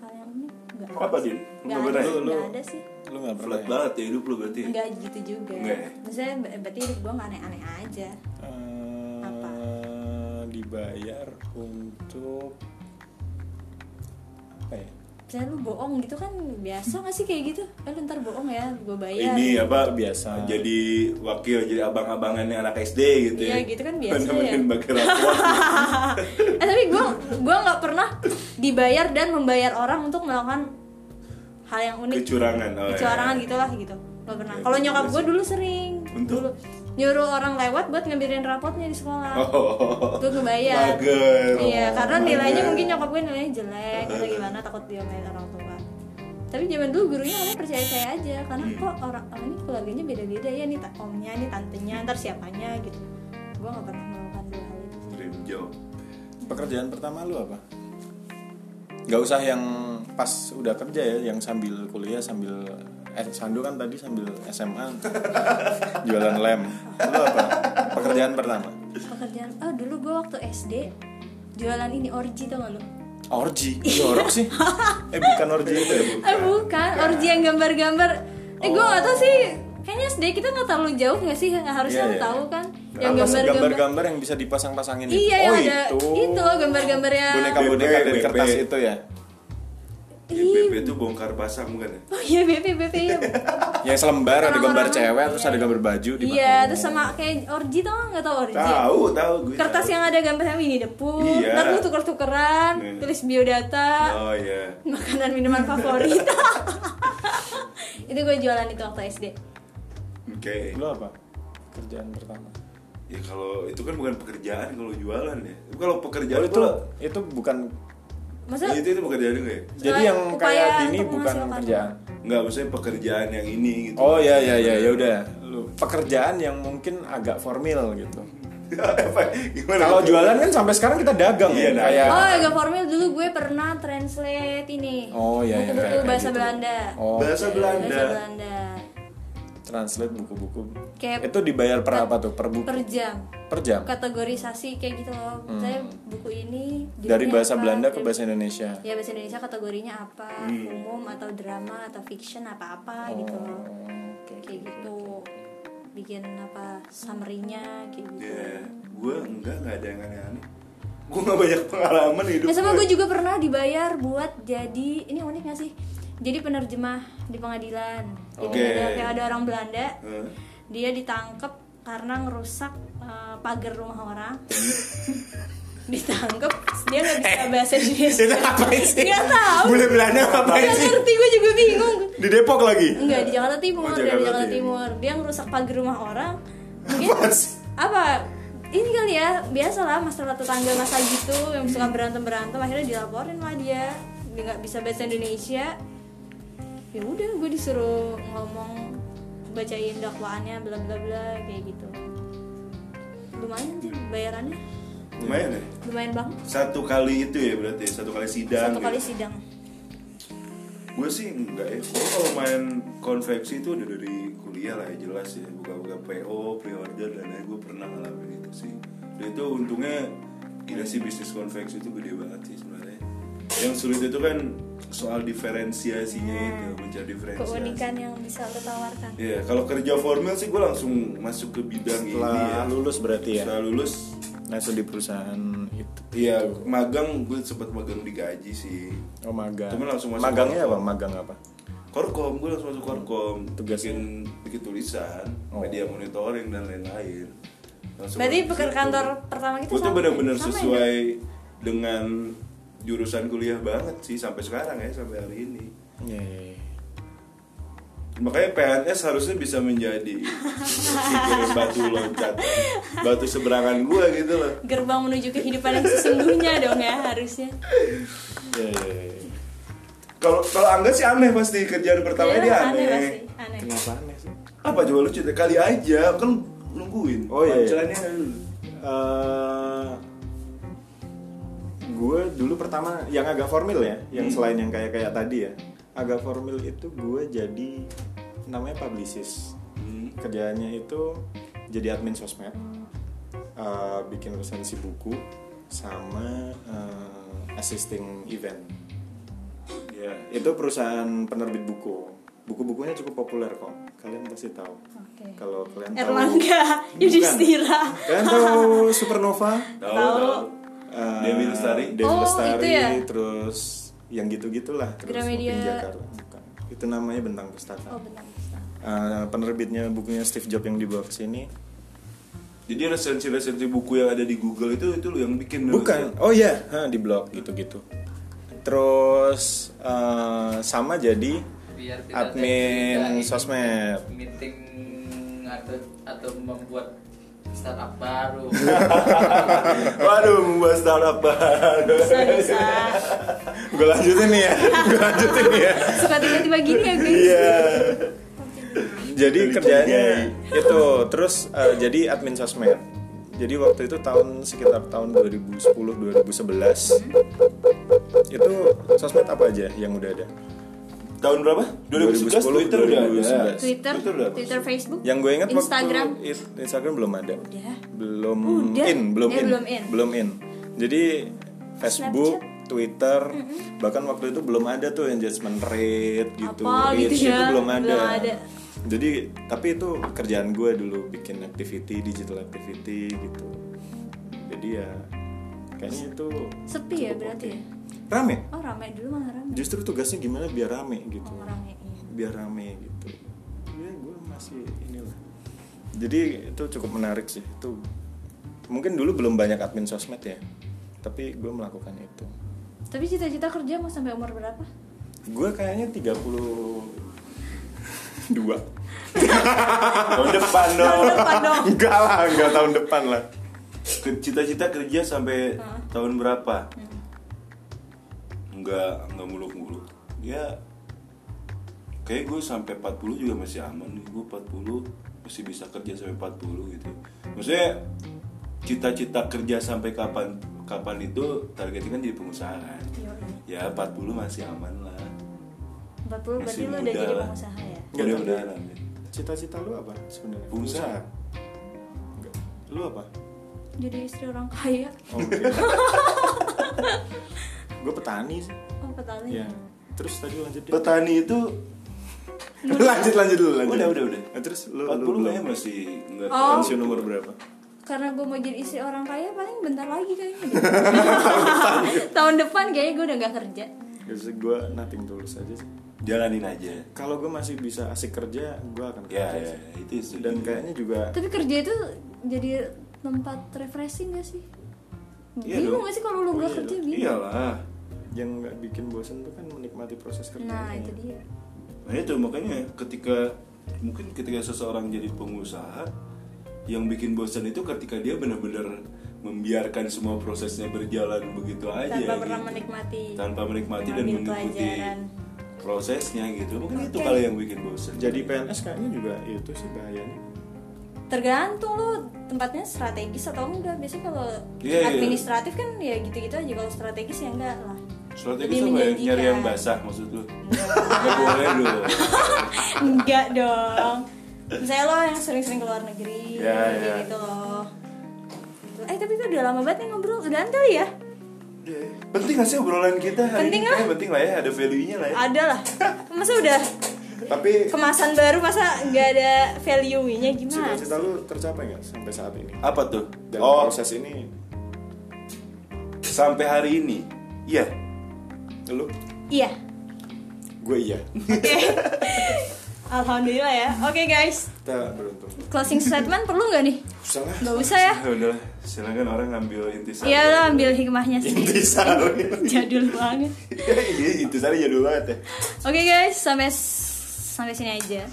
S1: hal yang unik enggak?
S2: Apa, Din? Lu
S1: Nggak
S2: nggak
S1: ada,
S2: pernah?
S1: sih,
S2: ya?
S1: nggak ada sih.
S3: lu nggak pernah
S2: Flat
S3: ya?
S2: banget ya hidup lu berarti. ya?
S1: Enggak gitu juga.
S2: Nggak ya?
S1: Maksudnya ber- berarti hidup gua nggak aneh-aneh aja.
S3: Eh,
S1: Apa?
S3: dibayar untuk apa ya
S1: misalnya lu bohong gitu kan biasa gak sih kayak gitu eh lu ntar bohong ya gue bayar
S2: ini apa
S3: Biasa.
S2: jadi wakil jadi abang-abangannya anak SD gitu ya
S1: Iya, gitu kan biasa ya.
S2: Nemenin bagi rapor.
S1: eh tapi gue gua nggak pernah dibayar dan membayar orang untuk melakukan hal yang unik
S2: Kecurangan, oh,
S1: kecurangan
S2: iya.
S1: gitulah gitu nggak pernah
S2: Iya,
S1: kalau
S2: betul
S1: nyokap gue
S2: sih.
S1: dulu sering
S2: Untuk?
S1: dulu nyuruh orang lewat buat ngambilin rapotnya di sekolah
S2: Oh.
S1: gue kebayar
S2: Mager. Oh,
S1: iya karena
S2: Mager. Eh.
S1: nilainya mungkin nyokap gue nilainya jelek atau gimana takut diomelin orang tua tapi zaman dulu gurunya orangnya percaya saya aja karena
S2: Hmm.
S1: kok orang orang ini keluarganya beda-beda ya nih ta- omnya nih tantenya ntar siapanya gitu gue nggak pernah melakukan dua hal itu
S2: Dream job.
S3: Pekerjaan pertama lu apa? Gak usah yang pas udah kerja ya, yang sambil kuliah sambil eh Sandu kan tadi sambil SMA jualan lem. Lu apa? Pekerjaan pertama.
S1: pekerjaan oh dulu gue waktu SD jualan ini orji tau gak lu
S3: Orgi, jorok sih. Eh bukan orgi itu ya, Bu.
S1: eh bukan orji yang gambar-gambar eh gue gak tau sih kayaknya SD kita nggak terlalu jauh nggak sih harusnya
S3: Iya,
S1: lu
S3: iya.
S1: tahu kan yang
S3: Yang
S1: gambar-gambar
S3: gambar-gambar yang bisa dipasang-pasangin. di-
S1: iya yang
S3: oh,
S1: ada
S3: itu.
S1: itu gambar-gambar yang
S3: Boneka-boneka
S2: BP.
S3: dari kertas itu ya.
S2: DPP itu bongkar pasang bukan ya?
S1: oh iya BP BP iya
S3: Yang selembar ada
S1: Orang-orang-
S3: gambar cewek terus ada gambar baju di
S1: iya terus sama kayak orji tau nggak? nggak tau orji
S2: Tahu, tahu gue.
S1: kertas
S2: tahu.
S1: yang ada gambar Winnie the Pooh
S2: Iya.
S1: ntar lu tuker-tukeran
S2: Iya.
S1: tulis biodata
S2: Oh iya.
S1: makanan minuman favorit itu gue jualan itu waktu SD
S2: Oke.
S3: Lu apa? Kerjaan pertama.
S2: Ya kalau itu kan bukan pekerjaan kalau jualan ya. Itu Kalau pekerjaan
S3: Oh, itu
S2: gua-
S3: itu bukan
S2: Ya,
S1: maksudnya
S2: itu itu pekerjaan gue. ya?
S3: jadi
S1: Soalnya
S3: yang
S1: upaya
S3: kayak gini
S1: untuk
S3: bukan
S1: menghasilkan.
S3: kerjaan.
S2: Enggak, maksudnya pekerjaan yang ini gitu.
S3: Oh ya ya ya ya udah. Lu pekerjaan yang mungkin agak formal gitu.
S2: Apa? Gimana?
S3: Kalau jualan kan sampai sekarang kita dagang
S2: Iya,
S3: ya
S2: dagang.
S3: kayak
S1: oh agak formal dulu gue pernah translate ini
S3: Oh, iya, iya,
S1: buku-buku
S3: kayak
S1: bahasa
S3: gitu.
S1: Belanda
S3: Oh,
S2: bahasa Belanda.
S1: Iya, bahasa Belanda
S3: translate buku-buku.
S1: Kayak-
S3: itu dibayar per apa tuh? Per buku
S1: per jam
S3: per jam.
S1: kategorisasi kayak gitu loh saya buku ini
S3: Hmm. Dari
S1: judulnya
S3: bahasa
S1: apa, gitu.
S3: Belanda ke
S1: dari-
S3: bahasa Indonesia. Iya.
S1: ya bahasa Indonesia kategorinya apa umum atau drama atau fiction apa apa gitu
S3: Oh,
S1: loh kayak gitu bikin apa summary-nya kayak gitu
S2: Ya,
S3: Iya.
S2: gue enggak enggak ada yang aneh-aneh. Gue enggak banyak pengalaman hidup.
S1: Nah sama
S2: gua.
S1: gue juga pernah dibayar buat jadi ini unik gak sih? Jadi penerjemah di pengadilan. Jadi
S2: Oke.
S1: ada, kayak ada orang Belanda,
S2: Heeh.
S1: dia ditangkep karena ngerusak eh, pagar rumah orang. ditangkep, dia nggak bisa bahasa Indonesia.
S3: ngapain
S1: Nggak tahu.
S3: Bule Belanda ngapain
S1: Nggak ngerti, gue juga bingung.
S3: Di Depok lagi.
S1: Enggak di Jakarta Timur,
S2: Oh,
S1: dari
S2: Jakarta
S1: Jakarta
S2: Timur.
S1: Timur. Dia ngerusak pagar rumah orang. Mungkin apa? Ini kali ya, biasalah masalah tetangga masa gitu yang suka berantem-berantem akhirnya dilaporin lah dia. Dia nggak bisa bahasa Indonesia. Ya udah, gue disuruh ngomong bacain dakwaannya bla bla bla kayak gitu. Lumayan sih bayarannya.
S2: Lumayan ya.
S1: Lumayan banget.
S2: Satu kali itu ya berarti satu kali sidang.
S1: Satu kali
S2: gitu.
S1: sidang.
S2: Gue sih enggak ya. Gue kalau main konveksi itu udah dari kuliah lah ya jelas ya. Buka-buka PO, pre-order dan lain gue pernah ngalamin itu sih. Dan itu untungnya gila sih bisnis konveksi itu gede banget sih sebenarnya. Yang sulit itu kan soal diferensiasinya itu mencari diferensiasi.
S1: Keunikan yang bisa lo tawarkan.
S2: Iya, kalau kerja formal sih gue langsung masuk ke bidang ini ya.
S3: Setelah lulus berarti ya.
S2: Setelah lulus
S3: Langsung di perusahaan itu.
S2: Iya, magang gue sempat magang di gaji sih.
S3: Oh magang.
S2: Cuman langsung masuk
S3: Magangnya
S2: kantor.
S3: apa? Magang apa?
S2: Korkom, gue langsung masuk korkom.
S3: Tugasnya?
S2: Bikin, bikin tulisan,
S3: Oh.
S2: media monitoring dan lain-lain. Langsung
S1: Berarti
S2: masuk
S1: peker
S2: situ.
S1: kantor pertama kita
S2: Gue tuh
S1: sama-
S2: bener-bener
S1: sama ya?
S2: sesuai dengan jurusan kuliah banget sih sampai sekarang ya sampai hari ini.
S3: Iya. iya, iya.
S2: Makanya PNS harusnya bisa menjadi pikirin batu loncat, batu seberangan gue gitu loh.
S1: Gerbang menuju kehidupan yang sesungguhnya dong ya harusnya.
S3: Iya, iya, iya.
S2: Kalau kalau Angga sih aneh pasti kerjaan pertamanya
S1: Iya,
S2: dia
S1: aneh
S2: aneh.
S1: pasti, aneh.
S3: Kenapa aneh sih?
S2: apa coba lucu deh kali aja kan nungguin
S3: Oh, iya, iya.
S2: Pancelannya hmm. dulu.
S3: eh gue dulu pertama yang agak formal ya, yang selain yang kayak kayak tadi ya, agak formal itu gue jadi namanya publicist. Kerjaannya itu jadi admin sosmed, eh, bikin resensi buku, sama eh, assisting event. Ya, itu perusahaan penerbit buku. Buku-bukunya cukup populer kok. Kalian pasti tahu.
S1: Oke.
S3: Kalau kalian tahu-
S1: Erlangga
S3: Bukan.
S1: Yudhistira.
S3: Kalian tahu Supernova?
S2: tahu
S1: Tahu.
S2: tahu
S3: Eh,
S2: Dewi Lestari?
S3: Dewi
S1: Oh,
S3: Lestari,
S1: itu ya?
S3: terus yang gitu-gitulah terus
S1: Gramedia.
S3: Upin Jakarta bukan. itu namanya bentang pustaka
S1: oh benar benar.
S3: Eh, penerbitnya bukunya Steve Jobs yang dibawa ke sini
S2: Jadi resensi-resensi buku yang ada di Google itu itu lu yang bikin lu?
S3: Bukan. Oh iya, Hah, di blog gitu-gitu. Terus eh, sama jadi
S4: Biar tidak ada
S3: admin
S4: yang
S3: sosmed.
S4: meeting atau atau membuat startup baru
S2: Waduh, membahas startup baru.
S1: bisa bisa
S3: Gue lanjutin nih ya. Gue lanjutin nih ya.
S1: suka tiba-tiba gini ya guys
S3: Iya. Jadi
S2: Dari
S3: kerjanya
S2: Cenggai.
S3: itu terus eh, jadi admin sosmed. Jadi waktu itu tahun sekitar tahun 2010 2011 itu sosmed apa aja yang udah ada?
S2: Tahun berapa? 2011
S3: 2010,
S2: Twitter udah ada.
S3: 2011.
S1: Twitter
S2: Twitter udah ada.
S1: Twitter Facebook
S3: Yang gue ingat
S1: Instagram
S3: waktu it- Instagram belum ada.
S1: udah
S3: belum
S1: Udah.
S3: in belum
S1: Oh, Dia
S3: in,
S1: belum in.
S3: in. jadi Facebook Twitter
S1: Mm-hmm.
S3: bahkan waktu itu belum ada tuh engagement rate gitu
S1: Apa
S3: reach
S1: gitu
S3: itu
S1: ya,
S3: belum ada.
S1: belum ada.
S3: jadi tapi itu kerjaan gue dulu bikin activity digital activity gitu jadi ya kayaknya itu
S1: sepi ya berarti ya
S3: rame
S1: oh ramai dulu malah ramai
S3: justru tugasnya gimana biar rame gitu
S1: oh, ramai iya.
S3: biar rame gitu ya gue masih inilah jadi itu cukup menarik sih itu mungkin dulu belum banyak admin sosmed ya tapi gue melakukan itu
S1: tapi cita-cita kerja mau sampai umur berapa
S3: gue kayaknya 30 dua
S2: Tahun depan dong.
S1: tahun depan dong
S3: enggak lah enggak tahun depan lah
S2: Ke- Cita-cita kerja sampai tahun berapa? Enggak, enggak muluk-muluk. Ya kayak gue sampai 40 juga masih aman nih. Gue 40 masih bisa kerja sampai 40 gitu. Maksudnya cita-cita kerja sampai kapan kapan itu targetnya kan jadi pengusaha kan. Ya 40 masih aman lah.
S1: 40 berarti
S2: Masih
S1: lu udah
S2: muda
S1: jadi
S2: lah.
S1: pengusaha ya
S3: Enggak,
S2: Mudah-mudahan.
S3: cita-cita lu apa sebenarnya
S2: Pengusaha.
S3: Enggak. lu apa
S1: jadi istri orang kaya
S3: oh, gue petani sih
S1: oh petani
S3: ya terus tadi lanjut deh.
S2: Petani itu
S3: lanjut lanjut dulu lanjut
S2: Udah, udah, udah.
S3: Nah, terus lu
S2: 40
S3: lu belum
S2: kayaknya masih enggak
S1: Oh.
S3: pensiun umur berapa
S1: karena gue mau jadi istri orang kaya paling bentar lagi kayaknya deh. tahun depan kayaknya gue udah gak kerja
S3: Biasanya gue nothing tulus aja sih
S2: Jalanin aja.
S3: kalau gue masih bisa asik kerja gue akan
S2: Ya,
S3: kerja
S2: ya,
S3: sih.
S2: itu setuju.
S3: dan kayaknya juga
S1: tapi kerja itu jadi tempat refreshing gak sih
S2: Iya
S1: bingung
S2: dong.
S1: gak sih kalau lu
S2: Oh,
S1: gak
S2: iya
S1: kerja
S2: dong.
S1: bingung
S2: Iyalah.
S3: yang nggak bikin bosen tuh kan menikmati proses kerja
S1: nah itu dia
S2: Nah itu makanya ketika mungkin ketika seseorang jadi pengusaha yang bikin bosan itu ketika dia benar-benar membiarkan semua prosesnya berjalan begitu aja
S1: tanpa pernah
S2: gitu.
S1: menikmati
S2: tanpa menikmati dan
S1: Mengambil
S2: mengikuti
S1: pelajaran.
S2: prosesnya gitu mungkin itu
S1: Oke.
S2: kali yang bikin bosan
S3: jadi PNS kayaknya juga itu sih bahayanya
S1: tergantung lu tempatnya strategis atau enggak biasanya kalau
S2: Iya, iya.
S1: administratif kan ya gitu-gitu aja kalau strategis ya enggak lah
S2: strategi
S1: Lebih
S2: apa ya? nyari
S1: menjanjikan.
S2: yang basah maksud
S1: Iya.
S2: lu Nggak boleh dong
S1: enggak dong misalnya lo yang sering-sering keluar negeri
S2: Ya,
S1: kayak
S2: ya.
S1: gitu loh eh tapi itu udah lama banget nih ngobrol udahan kali ya
S2: penting gak sih obrolan kita hari
S1: Penting
S2: ini?
S1: lah.
S2: Kayaknya penting lah ya ada value nya lah ya
S1: ada lah masa udah
S3: tapi
S1: kemasan baru masa nggak ada value nya gimana
S3: cita-cita Nah, lu tercapai nggak sampai saat ini
S2: apa tuh
S3: dalam
S2: oh
S3: proses ini
S2: sampai hari ini iya
S3: lu
S1: iya
S3: gue iya
S1: oke alhamdulillah ya oke guys
S3: kita beruntung
S1: closing statement perlu nggak nih
S3: usah lah
S1: nggak usah ya
S2: Ya udah, silakan orang ngambil intisari.
S1: Iya lo ambil hikmahnya sendiri
S2: intisari.
S1: Jadul banget
S2: Iya, intisari jadul banget ya.
S1: Oke guys, sampai sampai sini aja.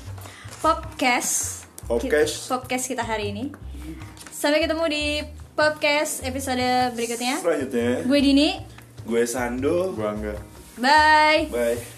S1: Podcast.
S2: Podcast.
S1: Ki- Podcast kita hari ini. Sampai ketemu di podcast episode berikutnya.
S2: Selanjutnya,
S1: Gue Dini.
S2: gue Sando.
S3: gue enggak
S1: Bye.
S2: Bye.